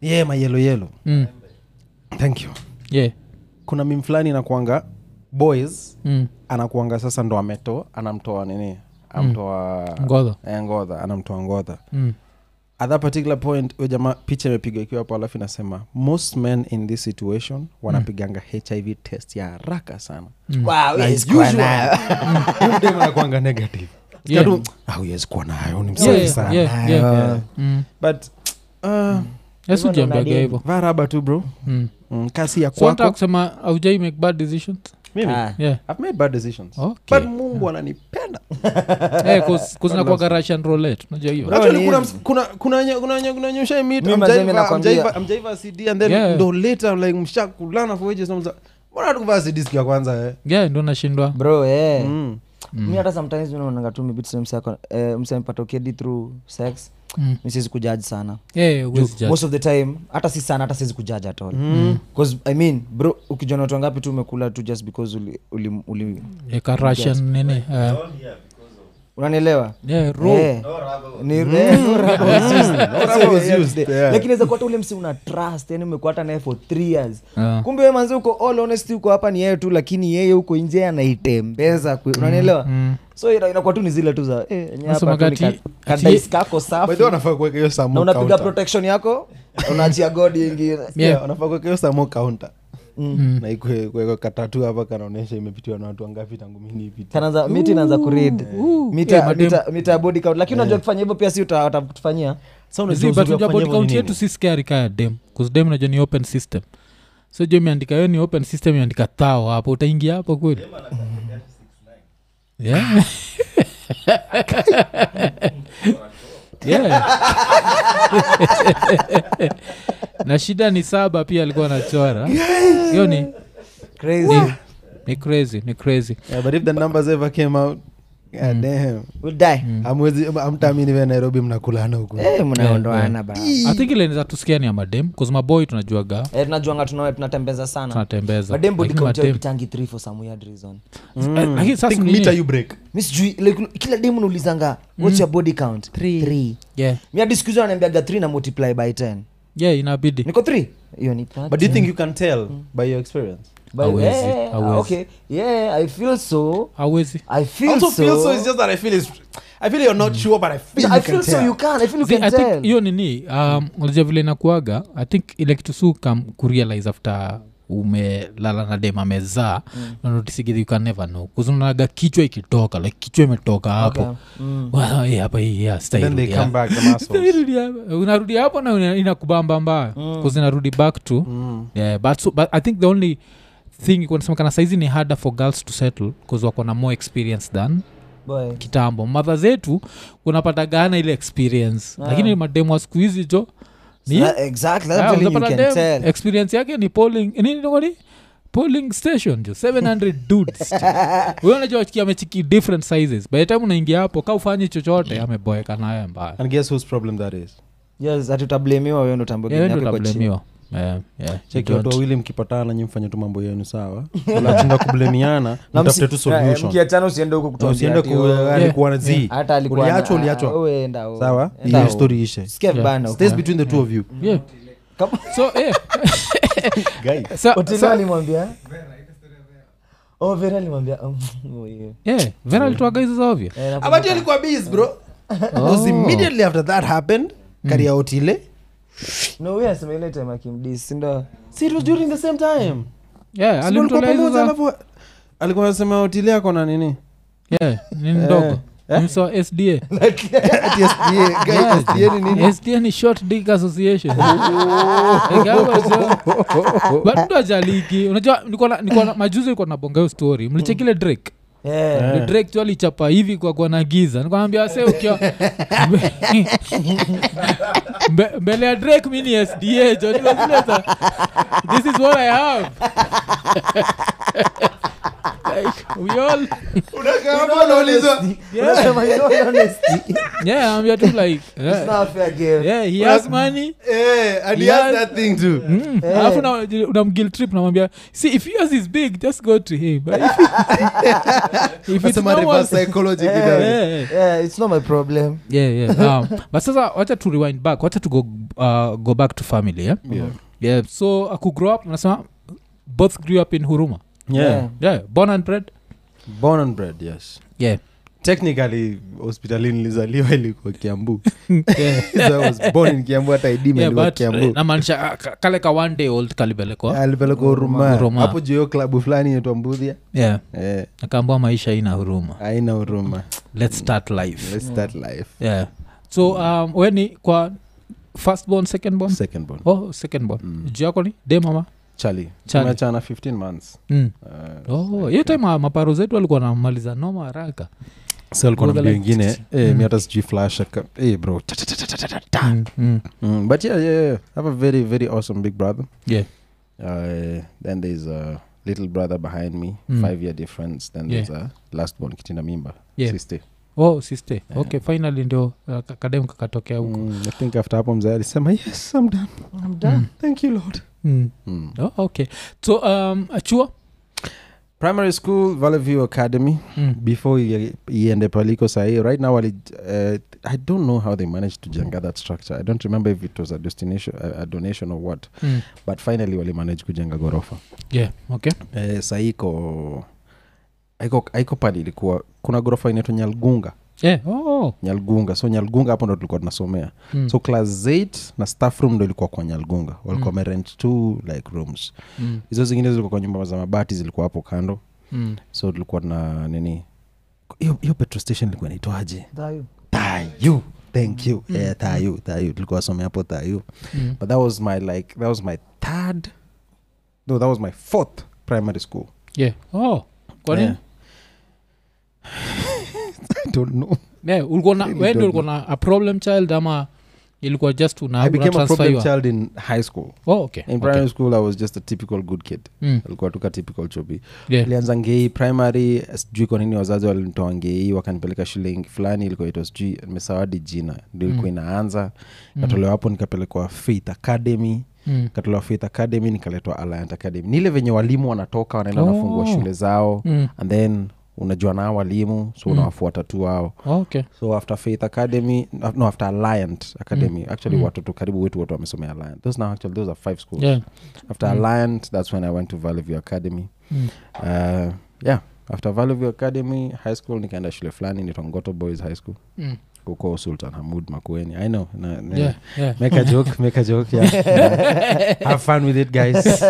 Speaker 3: yeah my yellow yellow
Speaker 1: mm.
Speaker 3: thank you
Speaker 1: yeah
Speaker 3: kuna mimfulani nakwanga boys
Speaker 1: mm.
Speaker 3: anakuanga sasa ndo ametoa anamtoa nini amtoa
Speaker 1: Mm. Ngodha.
Speaker 3: eh, ngodha anamtoa ngodha
Speaker 1: Mm.
Speaker 3: at that particular point huyo jamaa picha imepigwa ikiwa hapo alafu inasema most men in this situation wanapiganga
Speaker 1: Mm.
Speaker 3: hiv test ya haraka sana
Speaker 2: Wow, eh,
Speaker 3: Na
Speaker 2: yes, kwa
Speaker 3: usual,
Speaker 2: nayo.
Speaker 3: huyo dem anakuanga negative
Speaker 1: Yeah.
Speaker 3: Sikia tu, "Ah, huwezi kuwa nayo ni
Speaker 1: Yeah,
Speaker 3: msafi sana
Speaker 1: yeah, yeah. Mm.
Speaker 3: but uh,
Speaker 1: Yesu jiambiaga hivo
Speaker 3: vaa raba tu bro
Speaker 1: Mm.
Speaker 3: mm, kasi ya
Speaker 1: so nataka
Speaker 3: kwako
Speaker 1: kusema aujai make bad decisions
Speaker 3: mimi
Speaker 2: Ah.
Speaker 1: yeah
Speaker 3: I've made bad decisions
Speaker 1: Okay. Ah.
Speaker 3: but mungu ananipenda
Speaker 1: Eh, 'cause- 'cause inakuwaga russian roulette unajua hiyo
Speaker 3: Actually,
Speaker 2: ni
Speaker 3: kuna
Speaker 2: hivi.
Speaker 3: ms- kuna- kuna nye- kuna nye- kuna nye ushaimit,
Speaker 2: Mimi mazee
Speaker 3: hamjaiva-
Speaker 2: nakwambia.
Speaker 3: hamjaiva- hamjaiva cd and then
Speaker 1: Yeah.
Speaker 3: ndo later, like mshakulana for ages, na mza- mbona hatukuvaa cd siku ya kwanza eh?
Speaker 1: yeah ndo nashindwa
Speaker 2: bro eh.
Speaker 3: Mm.
Speaker 2: mi hata sometimes mi naonanga tu mibit eh, msemepata ukedi through sex
Speaker 1: Mm.
Speaker 2: mi siwezi kujaji sana
Speaker 1: Eh, huwezi judge.
Speaker 2: most of the time hata si sana hata siwezi kujaji at all mm. cause i mean bro ukijana watu wangapi tu umekula tu just because uli, uli, uli
Speaker 1: Eh, ka russian nini eh,
Speaker 2: unanielewa
Speaker 1: yeah, raw.
Speaker 2: Eh, ni- eh, no rubber was used. Sorry,
Speaker 3: was
Speaker 2: yeah,
Speaker 3: used,
Speaker 1: eh.
Speaker 2: the-
Speaker 3: yeah.
Speaker 2: lakini inaweza kuwa hata ule msi una trust yani umekuwa hata naye for three years
Speaker 1: Ah.
Speaker 2: kumbe we manzi uko all honest uko hapa ni yeye tu lakini yeye huko nje anaitembeza kwe- unanielewa so ina- inakuwa tu ni zile tu za eh, yenye hapa tu
Speaker 1: Unasemaga
Speaker 2: ni
Speaker 1: ati-
Speaker 2: ka-
Speaker 1: ati-
Speaker 2: kadais kako
Speaker 3: By
Speaker 2: safi
Speaker 3: the way, wanafaa kuweka hiyo Samu
Speaker 2: na unapiga
Speaker 3: counter.
Speaker 2: protection yako unaachia god ingine
Speaker 1: Yeah. Mm.
Speaker 3: Yeah, wanafaa kuweka hiyo Samu counter. Mm. na ikue- kuweka katatu hapa kanaonyesha imepitiwa na watu wangapi tangu mi niipite.
Speaker 2: kanaanza miti inaanza kurid
Speaker 1: Yeah, madem.
Speaker 2: mita ya body count lakini unajua kufanya hivyo pia si uta- watakutufanyia
Speaker 1: See, but unajua body count yetu si scary kaya dem bcause dem najua ni open system so jo imeandika yo ni open system imeandika thao hapo utaingia hapo kweli Yeah. Yeah. na shida ni saba pia alikuwa anachora hiyo ni
Speaker 2: crazy
Speaker 1: ni crazy ni crazy
Speaker 3: Yeah, but if the numbers ever came out, god
Speaker 1: Mm.
Speaker 3: damn.
Speaker 2: we'll die
Speaker 4: Mm.
Speaker 3: Hamwezi- hamtaamini vile nairobi mnakulana huku
Speaker 2: eh mnaondoana ba
Speaker 1: i think ile niza tusikia ni ya madem bcause maboy tunajuaga
Speaker 2: eh tunajuanga tuna- tunatembeza sana
Speaker 1: tunatembeza
Speaker 2: madem body
Speaker 1: Lakini
Speaker 2: count yao
Speaker 1: madem-
Speaker 2: ikitangi 3 for some weird reason
Speaker 1: Eh, lakini sasa
Speaker 3: Think
Speaker 1: ni nini?
Speaker 3: meter you break.
Speaker 2: mi sijui like, kila demu naulizanga what's your body count 3
Speaker 1: yeah
Speaker 2: mi hadi siku hizi wananiambiaga 3 na multiply by 10
Speaker 1: yeah inabidi
Speaker 2: niko 3 hiyo ni 30.
Speaker 3: But do you think you can tell by your experience?
Speaker 2: By-
Speaker 1: Hawezi,
Speaker 2: eh,
Speaker 1: hawezi.
Speaker 2: okay yeah i feel so
Speaker 1: awezi
Speaker 2: i feel
Speaker 3: also
Speaker 2: so
Speaker 3: feel so it's just that I feel it's I feel you're not sure but I feel you
Speaker 2: I
Speaker 3: can
Speaker 2: feel so
Speaker 3: tell.
Speaker 2: you can. I feel you
Speaker 1: See,
Speaker 2: can
Speaker 1: I think
Speaker 2: tell.
Speaker 1: hiyo nini um, unajua vile inakuaga i think ile kitu si ukam kurealize after umelala na dem amezaa mm. you can never know kuzunaga kichwa ikitoka like kichwa imetoka hapo
Speaker 2: Okay. Mm.
Speaker 1: Wow, eh, hapa hii yeah,
Speaker 3: Then they
Speaker 1: sitairudia.
Speaker 3: come back the muscles.
Speaker 1: Sitairudia hapa. unarudi hapo na ina- inakubamba mbaya mm. inarudi back to mm. yeah, but, so, but i think the only thing ilikuwa inasemekana saizi ni harder for girls to settle bcause wako na more experience than
Speaker 2: boy
Speaker 1: kitambo madha zetu unapata gana ile experience
Speaker 2: Ah.
Speaker 1: lakini mademu wa siku hizi jo ni
Speaker 2: That- exactly that's
Speaker 1: Ah,
Speaker 2: what you
Speaker 1: unapata
Speaker 2: can
Speaker 1: dem,
Speaker 2: tell
Speaker 1: experience yake ni polling eh, nini nini? polling station jo 700 dudes huyo unajua ki- amechiki different sizes by the time unaingia hapo ka ufanyi chochote ameboeka nayo mbaya
Speaker 4: and guess whose problem that is
Speaker 2: yes ati utablamiwa wewe ndo utambuke
Speaker 1: Yeah, wewe
Speaker 2: yako
Speaker 1: ndio
Speaker 2: kwa chini.
Speaker 1: utablamiwa. Yeah, yeah, you
Speaker 4: cheki
Speaker 1: don't.
Speaker 4: watu wawili mkipatana nyi mfanye tu mambo yenu sawa unashinda kublemiana
Speaker 2: Na msi-
Speaker 4: mtafute tu
Speaker 2: na, eh,
Speaker 4: solution
Speaker 2: mkiachana usiende huko kutuambia
Speaker 4: usiende
Speaker 2: ati, oh,
Speaker 4: kualikuwa na zii
Speaker 2: hata alikuwa
Speaker 4: uliachwa
Speaker 2: na- ah,
Speaker 4: uliachwa
Speaker 2: wewe enda, oh.
Speaker 4: sawa
Speaker 2: Enda,
Speaker 4: hiyo
Speaker 2: oh.
Speaker 4: story ishe
Speaker 2: Sikia vibaya na
Speaker 4: stays
Speaker 2: uko-
Speaker 4: between the two of you
Speaker 1: Yeah.
Speaker 2: Kama-
Speaker 1: So, yeah.
Speaker 4: guy
Speaker 1: Sa-
Speaker 2: Otile
Speaker 1: sa-
Speaker 2: alimwambia Oh, Vera alimwambia um, oh, yeah.
Speaker 1: yeah, vera alitoaga hizo za ovyo
Speaker 2: Eh, nakumbuka.
Speaker 4: abati alikuwa bis bro because immediately after that happened karia otile
Speaker 2: No, huyu anasema ile time akimdiss, si ndo?
Speaker 4: see it was during the same time
Speaker 1: Yeah,
Speaker 4: Si walikuwa
Speaker 1: alimtolea hizo
Speaker 4: pamoja,
Speaker 1: za-
Speaker 4: alafu alikuwa anasema otile ako na nini
Speaker 1: yeah, ni
Speaker 2: Eh,
Speaker 1: ndogo Msa sda Yeah. SDA ni short dick association
Speaker 2: Oh.
Speaker 1: Like, hapo sio- But mtu ajaliki unajua nilikuwa na- nilikuwa na- majuzi nilikuwa nabonga hiyo story mlichekile drake
Speaker 2: Eh,
Speaker 1: Ni drake tu alichapa hivi kwa kuwa na giza nikwambia wase ukiwa Mbe- Mbe- mbele ya drake mi ni sda jo Niko zile za, this is what i have like, we all yeah,
Speaker 2: unasema, you know, in honesty,
Speaker 1: yeah, I'm here to like
Speaker 2: it's
Speaker 1: yeah,
Speaker 2: not fair game.
Speaker 1: yeah, he has money
Speaker 3: Eh,
Speaker 1: Yeah. Mm.
Speaker 2: Eh.
Speaker 1: alafu na- unamguilt trip namwambia see if yours is big just go to him But if, if it's normal,
Speaker 2: Eh,
Speaker 1: yeah, yeah.
Speaker 2: eh, it's not my problem.
Speaker 1: Yeah, yeah. Um, but sasa wacha to rewind back wacha to go, uh, go back to family yeah?
Speaker 4: Yeah.
Speaker 1: Yeah, so akugrow up nasema both grew up in huruma
Speaker 4: Yeah.
Speaker 1: yeah, born and bred
Speaker 4: born and bred yes
Speaker 1: yeah.
Speaker 4: technically hospitalini nilizaliwa ilikuwa kiambu
Speaker 1: yeah.
Speaker 4: so I was born in kiambu hata ID
Speaker 1: yeah,
Speaker 4: ilikuwa
Speaker 1: but eh,
Speaker 4: kiambu
Speaker 1: namaanisha ah, ka- kale ka one day old kalipelekwa
Speaker 4: alipeleka uruma
Speaker 1: Huruma.
Speaker 4: Ah, hapo juu ya hiyo klabu fulani inaitwa mbudhia
Speaker 1: yeah.
Speaker 4: eh,
Speaker 1: akaambua maisha ina huruma
Speaker 4: haina huruma
Speaker 1: let's start life
Speaker 4: Let's start life
Speaker 1: yeah. so um, weni kwa first born second born
Speaker 4: second born
Speaker 1: oh second born mm. juu yako ni de mama
Speaker 4: Charlie.
Speaker 1: Charlie.
Speaker 4: Tumeachana 15 months
Speaker 1: Mm.
Speaker 4: Eh,
Speaker 1: Oh, hiyo time ah, maparo zetu walikuwa namaliza noma haraka
Speaker 4: so alikuwa na
Speaker 1: Go the
Speaker 4: mdeo
Speaker 1: line.
Speaker 4: ingine eh, mi hata sijui flash aka- eh, bro ta- ta- ta- ta- ta- ta- ta.
Speaker 1: mm. Mm.
Speaker 4: Mm, but yeah, yeah, yeah. I have a very very awesome big brother
Speaker 1: Yeah.
Speaker 4: uh, then there's a little brother behind me
Speaker 1: Mm.
Speaker 4: five year difference then
Speaker 1: Yeah.
Speaker 4: there's a last born kitinda mimba
Speaker 1: Yeah.
Speaker 4: sister
Speaker 1: oh sister okay finally ndio uh, kadem kakatokea huko
Speaker 4: Mm, i think after hapo mzee alisema yes I'm done.
Speaker 2: I'm done.
Speaker 4: thank you lord
Speaker 1: mm. oh, okay so um, achua
Speaker 4: primary school valley view academy
Speaker 1: mm.
Speaker 4: before ie- iende paliko sahii right now wali, uh, i don't know how they managed to janga that structure i don't remember if it was a destination a, a donation or what
Speaker 1: Mm.
Speaker 4: but finally walimanage kujenga ghorofa
Speaker 1: yeah okay
Speaker 4: uh, sahii iko aiko aiko pali ilikuwa kuna ghorofa inaitwa nyalgunga
Speaker 1: yeah oh.
Speaker 4: nyalgunga so nyalgunga hapo ndo tulikuwa tunasomea
Speaker 1: mm.
Speaker 4: so class 8 na staff room ndo ilikuwa kwa nyalgunga walikuwa
Speaker 1: Mm.
Speaker 4: wamerent two like rooms
Speaker 1: mm.
Speaker 4: hizo zingine zilikuwa kwa nyumba za mabati zilikuwa hapo kando
Speaker 1: Mm.
Speaker 4: so tulikuwa na nini hiyo hiyo petrol station ilikuwa inaitwaje
Speaker 2: Dayo.
Speaker 4: tayu thank you mm. yeah, tayu tayu tulikuwa wasome hapo tayu
Speaker 1: Mm.
Speaker 4: but that was my like that was my third no that was my fourth primary school
Speaker 1: yeah oh kwa nini
Speaker 4: Yeah. I don't know.
Speaker 1: yeah. ulikuwa na
Speaker 4: Really
Speaker 1: wewe ndio
Speaker 4: don't
Speaker 1: ulikuwa na a problem child ama ilikuwa just una,
Speaker 4: I
Speaker 1: una
Speaker 4: became a
Speaker 1: transfer
Speaker 4: problem
Speaker 1: your-
Speaker 4: child in high school.
Speaker 1: oh, okay.
Speaker 4: In
Speaker 1: okay.
Speaker 4: primary school, I was just a typical good kid.
Speaker 1: Mm.
Speaker 4: Alikuwa tuka typical chobi.
Speaker 1: Yeah.
Speaker 4: Nilianza ngei primary, sijui kwa nini wazazi walinitoa ngei wakanipeleka shule ing- fulani ilikuwa itwa sijui nimesawadi jina ndio ilikuwa
Speaker 1: Mm.
Speaker 4: inaanza katolewa hapo nikapelekwa Faith Academy
Speaker 1: Mm.
Speaker 4: katolewa faith academy nikaletwa alliant academy ni ile venye walimu wanatoka wanaenda
Speaker 1: Oh.
Speaker 4: wanafungua shule zao
Speaker 1: Mm.
Speaker 4: and then unajua nao walimu so unawafuata tu wao
Speaker 1: okay
Speaker 4: so after faith academy no after alliant academy
Speaker 1: Mm.
Speaker 4: actually watoto karibu wetu wote wamesomea alliant those now actually those are five schools
Speaker 1: yeah
Speaker 4: after alliant that's when i went to valley view academy
Speaker 1: Mm.
Speaker 4: uh, yeah after valley view academy high school nikaenda shule fulani nitongoto boys high school
Speaker 1: Mm.
Speaker 4: huko sultan hamud makueni i know na, na,
Speaker 1: yeah yeah
Speaker 4: make a joke make a joke yeah, yeah. have fun with it guys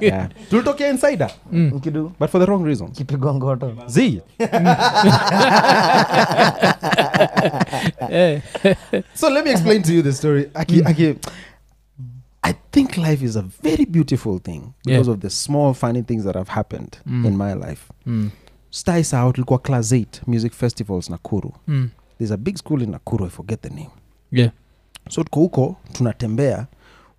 Speaker 4: yeah. tulitokea insider
Speaker 2: Mkidu,
Speaker 4: but for the wrong reasons
Speaker 2: kipigwa ngoto.
Speaker 4: z
Speaker 1: Eh,
Speaker 4: Mm. so let me explain to you the story aki, aki, I,
Speaker 3: think life is a very beautiful thing because
Speaker 1: Yeah.
Speaker 3: of the small funny things that have happened
Speaker 1: Mm.
Speaker 3: in my life
Speaker 1: Mm.
Speaker 3: stars out ilikuwa class 8 music festivals nakuru
Speaker 1: Mm.
Speaker 3: there's a big school in nakuru i forget the name
Speaker 1: Yeah.
Speaker 3: so tuko huko tunatembea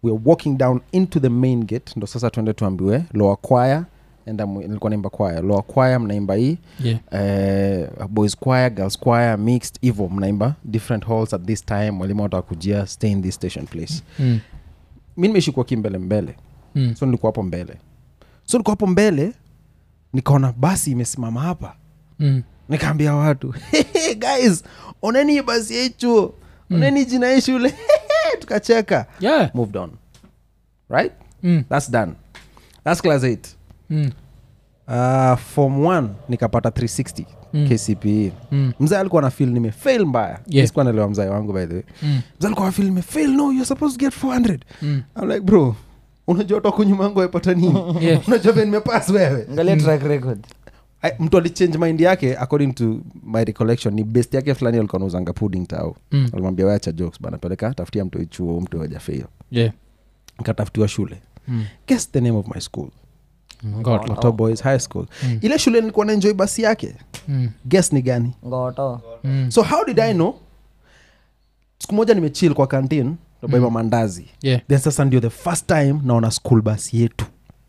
Speaker 3: we are walking down into the main gate ndo sasa tuende tuambiwe loa kwaya and I'm- nilikuwa naimba kwaya loa kwaya mnaimba hii
Speaker 1: Yeah.
Speaker 3: uh, boys choir girls choir mixed hivo mnaimba different halls at this time mwalimu atakujia stay in this station place
Speaker 1: Mm.
Speaker 3: mi nimeishi kuwa kimbele mbele
Speaker 1: Mm.
Speaker 3: so nilikuwa hapo mbele so nilikuwa hapo mbele nikaona basi imesimama hapa
Speaker 1: Mm.
Speaker 3: nikaambia watu "Hehe, guys oneni hii basi yechuo oneni jina hii shule Hehe, tukacheka
Speaker 1: Yeah.
Speaker 3: moved on right
Speaker 1: Mm.
Speaker 3: that's done that's class 8
Speaker 1: Mm.
Speaker 3: uh, form 1 nikapata 360
Speaker 1: Mm.
Speaker 3: kcpe
Speaker 1: Mm.
Speaker 3: E. mzee alikuwa na fil nimefail mbaya
Speaker 1: Yeah.
Speaker 3: sikuwa naelewa mzee wangu by the way
Speaker 1: Mm.
Speaker 3: mzee alikuwa na feel nimefail no you're supposed to get 400
Speaker 1: Mm.
Speaker 3: i'm like bro unajua toka nyuma yangu aipata nini
Speaker 1: Yeah.
Speaker 3: unajua vile nimepass wewe
Speaker 2: angalia track record
Speaker 3: I, mtu alichange mind yake according to my recollection ni best yake fulani alikuwa anauzanga pudding tao
Speaker 1: Mm.
Speaker 3: alimwambia wacha jokes bana peleka tafutia mtu ichuo mtu wajafail
Speaker 1: Yeah.
Speaker 3: nikatafutiwa shule
Speaker 1: Mm.
Speaker 3: guess the name of my school
Speaker 1: God.
Speaker 3: Lotto boys high school
Speaker 1: Mm.
Speaker 3: ile shule nilikuwa naenjoy basi yake
Speaker 1: Mm.
Speaker 3: guess ni gani
Speaker 2: ngoto
Speaker 1: Mm.
Speaker 3: so how did i know siku moja nimechill kwa kantin nabaiba
Speaker 1: Mm.
Speaker 3: mandazi
Speaker 1: Yeah.
Speaker 3: then sasa ndio the first time naona school bus yetu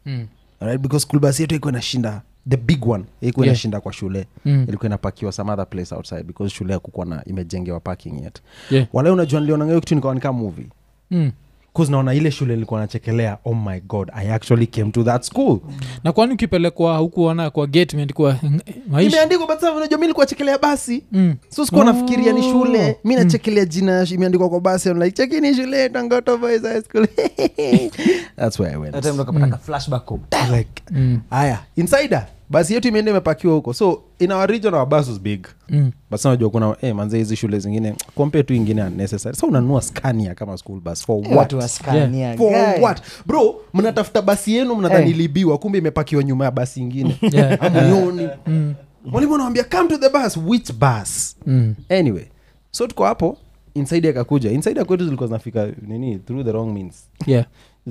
Speaker 1: Mm.
Speaker 3: right? because school bus yetu ilikuwa inashinda the big one ilikuwa
Speaker 1: Yeah.
Speaker 3: inashinda kwa shule
Speaker 1: Mm.
Speaker 3: ilikuwa inapakiwa some other place outside because shule hakukuwa na imejengewa parking yet
Speaker 1: Yeah.
Speaker 3: wale unajua nilionanga hiyo kitu nikawa nika movie
Speaker 1: Mm.
Speaker 3: cause naona ile shule ilikuwa nachekelea oh my god i actually came to that school
Speaker 1: na kwani ukipelekwa hukuona kwa gate imeandikwa "Ng- maisha
Speaker 3: imeandikwa but sasa unajua mi nilikuwa chekelea basi
Speaker 1: mm.
Speaker 3: so sikuwa
Speaker 1: Oh.
Speaker 3: nafikiria ni shule mi nachekelea jina ya sh- imeandikwa kwa basi I'm like chekini shule tangoto boys high school that's where i went Mm.
Speaker 2: atamkapataka flashback of
Speaker 3: I was like haya insider basi yetu imeenda imepakiwa huko so in our region our bus was big
Speaker 1: Mm.
Speaker 3: but sasa unajua kuna eh, manze hizi shule zingine compare tu ingine unnecessary sa unanua scania kama school bus for what
Speaker 2: watu wa Scania,
Speaker 3: for
Speaker 2: guy.
Speaker 3: what bro mnatafuta basi yenu mnadhani
Speaker 2: Eh.
Speaker 3: ilibiwa kumbe imepakiwa nyuma ya basi ingine
Speaker 1: Yeah.
Speaker 3: amuioni mwalimu anawambia come to the bus which bus
Speaker 1: Mm.
Speaker 3: anyway so tuko hapo inside akakuja inside akwetu zilikuwa zinafika nini through the wrong means
Speaker 1: Yeah.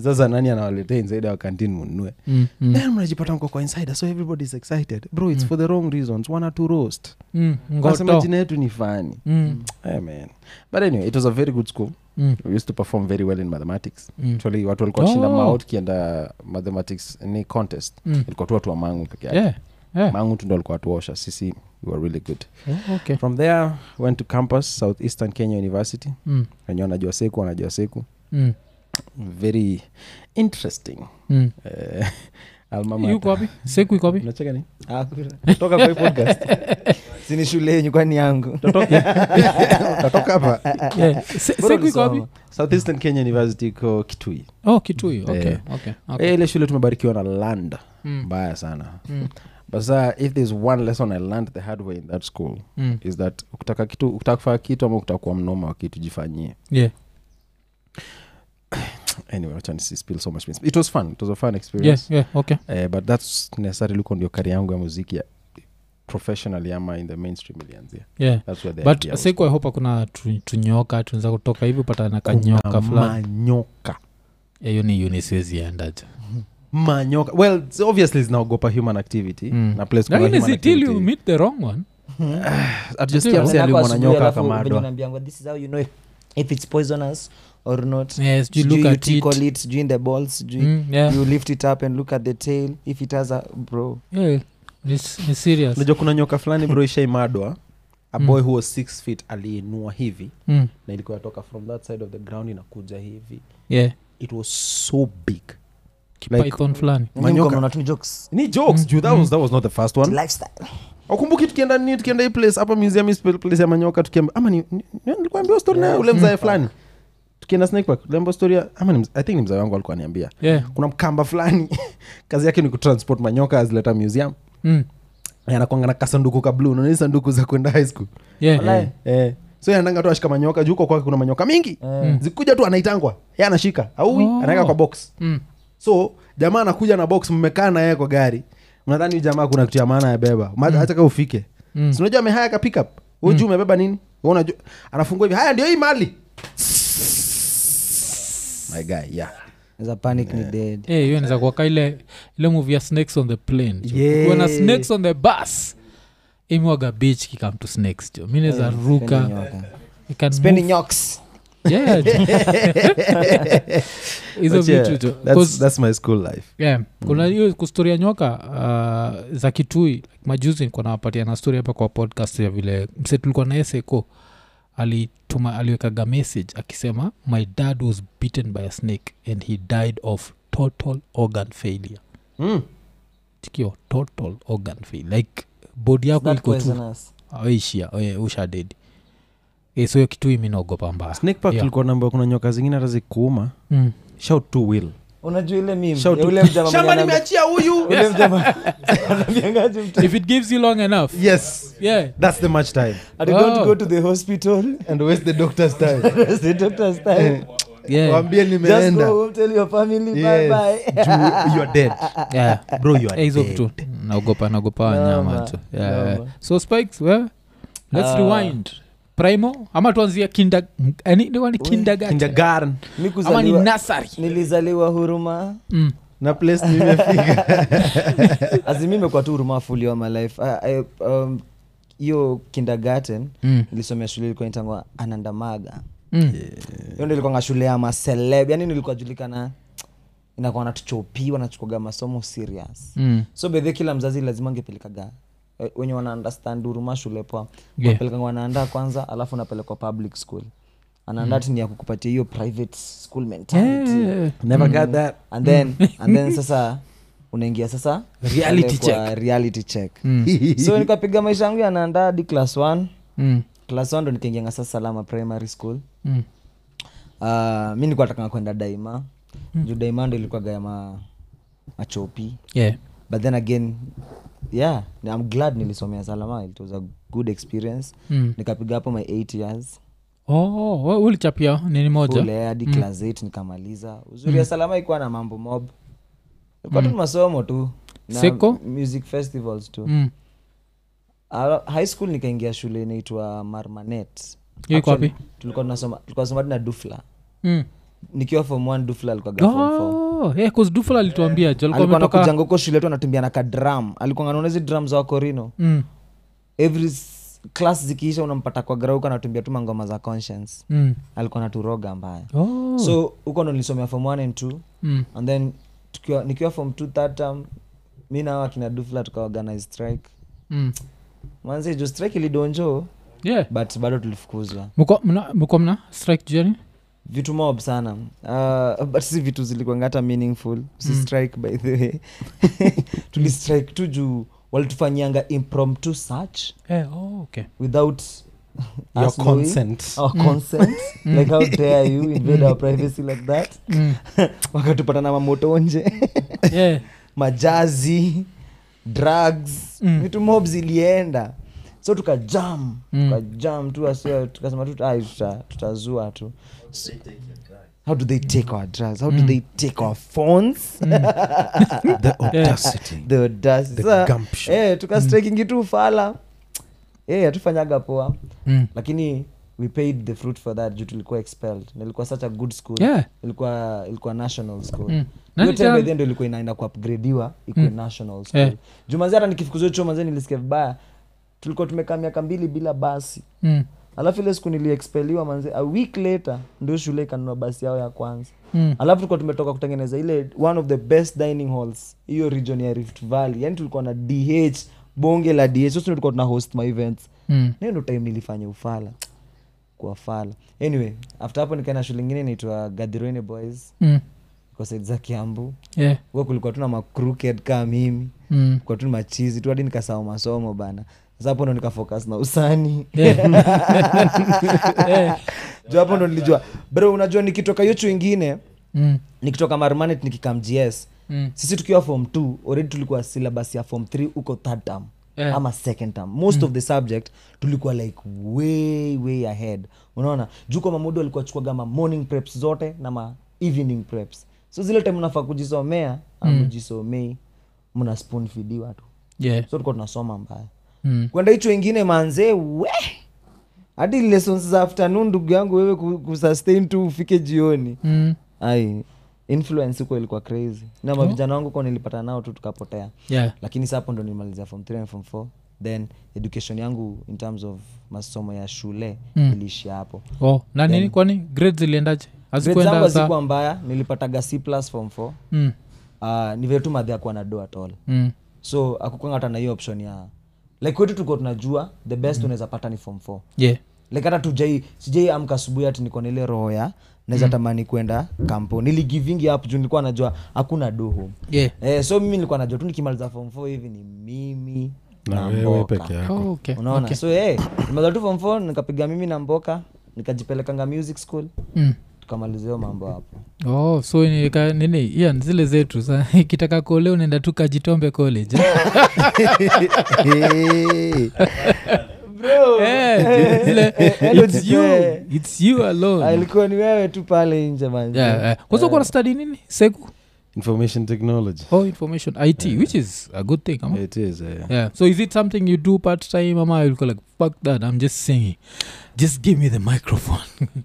Speaker 3: sasa nani anawaletea inside ya kantin mununue
Speaker 1: Mm. Mm.
Speaker 3: then Eh, mnajipata mko kwa insider so everybody is excited bro it's for the wrong reasons one or two roast
Speaker 1: Mm.
Speaker 3: nasema
Speaker 1: ngoto
Speaker 3: jina yetu ni fani
Speaker 1: Mm.
Speaker 3: Eh, man. but anyway it was a very good school
Speaker 1: Mm.
Speaker 3: we used to perform very well in mathematics
Speaker 1: Mm.
Speaker 3: actually watu walikuwa shinda
Speaker 1: Oh.
Speaker 3: maot kienda mathematics ni contest
Speaker 1: Mm.
Speaker 3: ilikuwa tu watu wa mangu peke yake
Speaker 1: Yeah. Yeah.
Speaker 3: mangu tu ndo alikuwa tuosha sisi we were really good
Speaker 1: Yeah, okay.
Speaker 3: from there went to campus southeastern kenya university
Speaker 1: Mm.
Speaker 3: wenye wanajua seku wanajua seku
Speaker 1: Mm.
Speaker 3: very interesting
Speaker 1: Mm.
Speaker 3: Eh, alma mater.
Speaker 1: yuko wapi seku iko wapi
Speaker 3: Unacheka nini?
Speaker 2: Ah, kuna-
Speaker 3: Toka kwa hii podcast.
Speaker 2: sini shule yenyu kwani yangu
Speaker 3: Utatoka hapa
Speaker 1: Yeah. Se-
Speaker 2: er
Speaker 1: seku iko wapi
Speaker 2: Yaani
Speaker 3: southeastern kenya university iko kitui
Speaker 1: oh kituyu okay.
Speaker 3: Yeah.
Speaker 1: Okay.
Speaker 3: Eh,
Speaker 1: Okay.
Speaker 3: ile shule tumebarikiwa na land
Speaker 1: Mm.
Speaker 3: mbaya sana
Speaker 1: Mm.
Speaker 3: but saa if there's one lesson i learned the hard way in that school
Speaker 1: Mm.
Speaker 3: is that ukitaka kitu ukitaka kufanya kitu ama ukitaka kuwa mnoma wa kitu jifanyie
Speaker 1: Yeah.
Speaker 3: anyway wacha nisi spill so much beans. it was fun it was a fun
Speaker 1: Yeah.
Speaker 3: experience
Speaker 1: Yeah. Okay.
Speaker 3: eh, but that's necessarily uko ndio kari yangu ya muziki ya professionally ama in the mainstream ilianzia
Speaker 1: Yeah.
Speaker 3: that's where the idea
Speaker 1: but
Speaker 3: was
Speaker 1: seku ihopa kuna tu- tunyoka tunaweza kutoka hivi pata na
Speaker 3: born. Kuna
Speaker 1: kanyoka fulani
Speaker 3: manyoka
Speaker 1: Eh, hiyo ni uni siweziendaja
Speaker 3: manyoka well it's obviously zinaogopa human activity
Speaker 1: Mm.
Speaker 3: na place kuna
Speaker 1: lakini
Speaker 3: human
Speaker 1: si till you
Speaker 3: activity.
Speaker 1: meet the wrong one
Speaker 3: hatujasikia msee
Speaker 2: Unaenda kwa
Speaker 3: aliumwa na
Speaker 2: asubuhi
Speaker 3: nyoka
Speaker 2: alafu
Speaker 3: kama
Speaker 2: venye
Speaker 3: adoa
Speaker 2: unaambiwa, this is how you know if- if it's poisonous or not
Speaker 1: Yeah, sijui
Speaker 2: Sijui
Speaker 1: look
Speaker 2: you
Speaker 1: at it.
Speaker 2: tickle it, sijui in the balls sijui
Speaker 1: Mm, yeah.
Speaker 2: you lift it up and look at the tail if it has a bro
Speaker 1: Yeah. It's- it's serious.
Speaker 3: unajua kuna nyoka fulani bro ishaimadwa a
Speaker 1: Mm.
Speaker 3: boy who was six feet aliinua hivi
Speaker 1: Mm.
Speaker 3: na ilikuwa yatoka from that side of the ground inakuja hivi
Speaker 1: Yeah.
Speaker 3: it was so big Like-
Speaker 1: python fulani
Speaker 3: Manyoka.
Speaker 2: Mko mnaona tu jokes
Speaker 3: ni jokes juu that was, that was not the first
Speaker 2: The
Speaker 3: one
Speaker 2: lifestyle
Speaker 3: akumbuki tukienda nini tukienda hii place hapa museum hii spe- place ya manyoka tukiamba ama ni ni- ni- nilikuambia story nayo ule mzae fulani tukienda snake park lembo story ya- ama ni mz- i think ni mzae wangu alikuwa aniambia
Speaker 1: Yeah.
Speaker 3: kuna mkamba fulani kazi yake ni kutransport manyoka azileta museum
Speaker 1: Mm.
Speaker 3: Na anakuanga na kasanduku ka blue unaona sanduku za kwenda high school
Speaker 1: Yeah.
Speaker 2: Walai.
Speaker 3: eh, eh. so yananga tu ashika manyoka juu kwa kwake kuna manyoka mingi
Speaker 2: Eh.
Speaker 3: zikuja tu anaitangwa ye anashika aui
Speaker 1: Oh.
Speaker 3: anaweka kwa box
Speaker 1: Mm.
Speaker 3: so jamaa anakuja na box mmekaa na yeye kwa gari mnadhani huyu jamaa kuna kitu ya maana ya beba Ma- hata kaa ufike
Speaker 1: Mm.
Speaker 3: sinajua amehaya ka pickup
Speaker 4: Mm.
Speaker 3: huyu juu umebeba nini Wewe unajua anafungua hivi haya ndio hii mali my guy yeah
Speaker 2: za panic ni dead
Speaker 1: Eh, hiyo inaeza kuwaka ile ile movie ya snakes on the plane jo. Kukiwa na
Speaker 4: Yeah.
Speaker 1: snakes on the bus imwaga beach kikam to snakes jo mi naeza
Speaker 3: Eh,
Speaker 2: Spendi
Speaker 1: ruka
Speaker 2: nyoka.
Speaker 1: I can
Speaker 2: Spendi
Speaker 1: move.
Speaker 2: nyoks
Speaker 1: Yeah, jo. hizo
Speaker 3: But yeah,
Speaker 1: vitu jo.
Speaker 3: that's-
Speaker 1: 'Cause,
Speaker 3: that's my school life
Speaker 4: Mm.
Speaker 1: yeah, kuna hiyo kustoria nyoka uh, za kitui like majuzi nikuwa nawapatia na story hapa kwa podcast ya vile mse tulikuwa naye seko alituma aliwekaga message akisema my dad was beaten by a snake and he died of total organ failure
Speaker 4: Mm.
Speaker 1: tikio total organ fail like bodi yako
Speaker 2: That
Speaker 1: iko tu
Speaker 2: poisonous.
Speaker 1: aishia ushadedi Eh, so hiyo kitu iminogopa mbaya
Speaker 4: snake park
Speaker 1: Yeah.
Speaker 4: ilikuwa naambiwa kuna nyoka zingine hata zikuuma
Speaker 1: mm.
Speaker 4: shout to will
Speaker 2: unajua ile meme
Speaker 4: Shout
Speaker 2: ya
Speaker 4: to-
Speaker 2: ule mjamaa mwenye anaambia-
Speaker 4: nimeachia huyu
Speaker 2: ule mjamaa- anaambiangaje mtu,
Speaker 1: if it gives you long enough
Speaker 4: yes
Speaker 1: yeah
Speaker 4: that's the match time
Speaker 2: "I don't
Speaker 1: Oh.
Speaker 2: go to the hospital
Speaker 3: and where's the doctor's time
Speaker 2: That's the doctor's time.
Speaker 1: yeah
Speaker 3: wambie
Speaker 2: Just go
Speaker 3: nimeenda
Speaker 2: home, tell your family, bye
Speaker 3: Yes.
Speaker 2: bye."
Speaker 4: Ju- you are dead
Speaker 1: yeah
Speaker 4: bro you are
Speaker 1: Eh, hizo
Speaker 4: dead.
Speaker 1: vitu naogopa naogopa wanyama tu Yeah, yeah.
Speaker 2: Noma.
Speaker 1: so spikes well, let's
Speaker 2: Ah.
Speaker 1: rewind primo ama tuanzia kinda ani ni kindagat
Speaker 4: kindergarten
Speaker 1: ama
Speaker 2: Mi
Speaker 1: ni
Speaker 2: kuzaliwa-
Speaker 1: nasari
Speaker 2: nilizaliwa huruma
Speaker 1: mm.
Speaker 3: na place nimefika
Speaker 2: azimi imekuwa tu huruma fully all my life I- I- um, hiyo kindergarten
Speaker 1: Mm.
Speaker 2: nilisomea shule ilikuwa itangwa anandamaga
Speaker 1: Mm.
Speaker 2: hiyo ndo ilikuwanga shule ya maseleb yani nilikuwa julikana inakuwa natuchopiwa nachukuaga masomo serious
Speaker 1: Mm.
Speaker 2: so bedhe kila mzazi lazima angepelekaga eh, wenye wana understand huruma shule poa
Speaker 1: Yeah.
Speaker 2: wapelekanga wanaandaa kwanza alafu unapelekwa public school anaandaa tini ya kukupatia hiyo private school mentality
Speaker 1: Mm. Yeah.
Speaker 4: never got that
Speaker 2: and then and then sasa unaingia sasa
Speaker 4: Reality
Speaker 2: pale kwa reality check so nikapiga maisha yangu yanaandaa hadi class 1
Speaker 1: Mm.
Speaker 2: class 1 ndo nikaingianga sasa salama primary school
Speaker 1: Mm.
Speaker 2: uh, mi nikuwa takanga kwenda daima juu daima ndo ilikuwa gaya ma, machopi
Speaker 1: yeah
Speaker 2: but then again yeah i'm glad nilisomea salama it was a good experience
Speaker 1: Mm.
Speaker 2: nikapiga hapo my 8 years
Speaker 1: oh, we- ulichapia nini moja
Speaker 2: kule hadi class 8 nikamaliza uzuri
Speaker 1: Mm.
Speaker 2: ya salama ikuwa na mambo mob ilikuwa tu masomo tu na
Speaker 1: Seko?
Speaker 2: music festivals tu
Speaker 1: Mm.
Speaker 2: Ah, high school nikaingia shule inaitwa marmanet
Speaker 1: Hiyo iko
Speaker 2: Actually,
Speaker 1: wapi?
Speaker 2: tulikuwa tunasoma tulikuwa tunasoma hadi na dufla
Speaker 1: Mm.
Speaker 2: nikiwa form 1 dufla alikuwa
Speaker 1: Oh, eh, 'cause Dufula alituambia jo, alikuwa
Speaker 2: alikuwa
Speaker 1: ametoka-
Speaker 2: nakujanga huko shule tu anatumbia na kadram alikuwa nganaona hizi drum za wakorino
Speaker 1: Mm,
Speaker 2: every s- class zikiisha unampata kwa grauka anatumbia tu mangoma za conscience
Speaker 1: mm.
Speaker 2: alikuwa naturoga mbaya
Speaker 1: Oh,
Speaker 2: so huko ndo nilisomea form 1 and 2
Speaker 1: mm.
Speaker 2: and then tukiwa, nikiwa form 2 third term mi nao akina dufla tukaorganize strike
Speaker 1: Mm.
Speaker 2: manze juu strike ilidonjo
Speaker 1: Yeah.
Speaker 2: but bado tulifukuzwa
Speaker 1: Mko- mna- mko mna strike jioni
Speaker 2: vitu mob sana uh, but si vitu zilikuanga hata meaningful si
Speaker 4: Hmm.
Speaker 2: strike by the way tulistrike tu juu walitufanyianga impromptu search
Speaker 1: Eh, oh, okay.
Speaker 2: without
Speaker 4: your
Speaker 2: us knowing,
Speaker 4: consent Hmm.
Speaker 2: our consent like how dare you invade our privacy like that
Speaker 4: Hmm.
Speaker 1: Mm.
Speaker 2: wakatupata na mamoto nje
Speaker 1: Yeah.
Speaker 2: majazi drugs
Speaker 1: Mm.
Speaker 2: vitu mob zilienda so tukajam
Speaker 1: Mm.
Speaker 2: tukajam tu asio tukasema tu "Ai, tuta- tutazua tu So- how do they take our drugs how do they take our phones
Speaker 4: the audacity
Speaker 2: the audacity.
Speaker 4: The
Speaker 2: Sasa,
Speaker 4: gumption.
Speaker 2: eh, tukastrikingi tu fala eh hatufanyaga poa
Speaker 1: Mm.
Speaker 2: lakini we paid the fruit for that juu tulikuwa expelled na ilikuwa such a good school
Speaker 1: Yeah.
Speaker 2: ilikuwa ilikuwa national school
Speaker 1: Mm.
Speaker 2: mm.
Speaker 1: Nani tena-
Speaker 2: ndo ilikuwa inaenda kuupgradiwa ikuwe national school
Speaker 1: Eh.
Speaker 2: yeah. jumazi hata nikifukuzio chuo manzi nilisikia vibaya tulikuwa tumekaa miaka mbili bila basi
Speaker 1: Mm.
Speaker 2: alafu ile siku niliexpeliwa manze a week later ndio shule ikanunua basi yao ya kwanza
Speaker 1: Mm.
Speaker 2: alafu tulikuwa tumetoka kutengeneza ile one of the best dining halls hiyo region ya rift valley yani tulikuwa na dh bonge la dh sio tulikuwa tuna host my events
Speaker 1: Mm.
Speaker 2: hiyo ndo time nilifanya ufala kwa fala anyway after hapo nikaenda shule ingine inaitwa gadirone boys
Speaker 1: Mm.
Speaker 2: kwa said za kiambu
Speaker 1: Yeah.
Speaker 2: huko kulikuwa tuna macruked kaa mimi
Speaker 1: Mm.
Speaker 2: kulikuwa tu ni machizi tu hadi nikasahau masomo bana sasa hapo ndo nikafocus na usani
Speaker 1: Yeah.
Speaker 2: Juu hapo ndo nilijua bro unajua nikitoka hiyo chuo ingine
Speaker 1: Mm.
Speaker 2: nikitoka marmanet nikikam gs
Speaker 1: Mm.
Speaker 2: sisi tukiwa form 2 already tulikuwa syllabus ya form 3 huko third term
Speaker 1: Eh. Mm.
Speaker 2: ama second term most of the subject tulikuwa like way way ahead unaona juu kwa mamudu alikuwa chukuaga ma morning preps zote na ma evening preps so zile time unafaa
Speaker 1: Mm.
Speaker 2: kujisomea amujisomei mna spoon fidiwa tu
Speaker 1: Yeah.
Speaker 2: so tulikuwa tunasoma mbaya
Speaker 1: Mm.
Speaker 2: kwenda hicho ingine manze we hadi lessons za afternoon ndugu yangu wewe ku- kusustain tu ufike jioni
Speaker 1: Mm.
Speaker 2: ai influence huko ilikuwa crazy na mavijana wangu huko nilipata nao tu tukapotea
Speaker 1: yeah.
Speaker 2: lakini sapo ndo nilimaliza form 3 and form 4 then education yangu in terms of masomo ya shule mm. iliishia hapo
Speaker 1: oh, na nini kwani grade ziliendaje
Speaker 2: Grades zangu
Speaker 1: hazikwenda sa
Speaker 2: hazikuwa mbaya nilipataga c plus form 4
Speaker 1: mm,
Speaker 2: uh, ni vile tu madhi akuwa na do at all
Speaker 1: mm,
Speaker 2: so akukwanga hata na hiyo option ya like kwetu tuko tunajua the best mm. unaweza pata ni form 4
Speaker 1: yeah.
Speaker 2: like hata tujai sijai amka asubuhi ati niko na ile roho ya naweza mm. tamani kwenda kampo niligivingi up juu nilikuwa najua hakuna do home
Speaker 1: yeah.
Speaker 2: eh, so mimi nilikuwa najua tu nikimaliza form 4 hivi ni mimi na,
Speaker 4: na wewe
Speaker 2: mboka
Speaker 4: peke yako
Speaker 1: Oh, okay.
Speaker 2: unaona so hey, nimaliza tu form 4 nikapiga mimi na mboka nikajipelekanga music school
Speaker 1: mm.
Speaker 2: tukamaliza hiyo mambo hapo
Speaker 1: oh, so ni ka- nini Ian, zile zetu sa ikitaka kole unaenda tu kajitombe college Eh, zile, it's you, it's you alone.
Speaker 2: alikuwa Ah, ni wewe tu pale nje man
Speaker 1: Yeah, eh. Kwanza uko na study nini seku
Speaker 4: information technology
Speaker 1: oh, information it which is a good thing ama?
Speaker 4: it is eh.
Speaker 1: yeah so is it something you do part time ama you'll go like fuck that i'm just singing just give me the microphone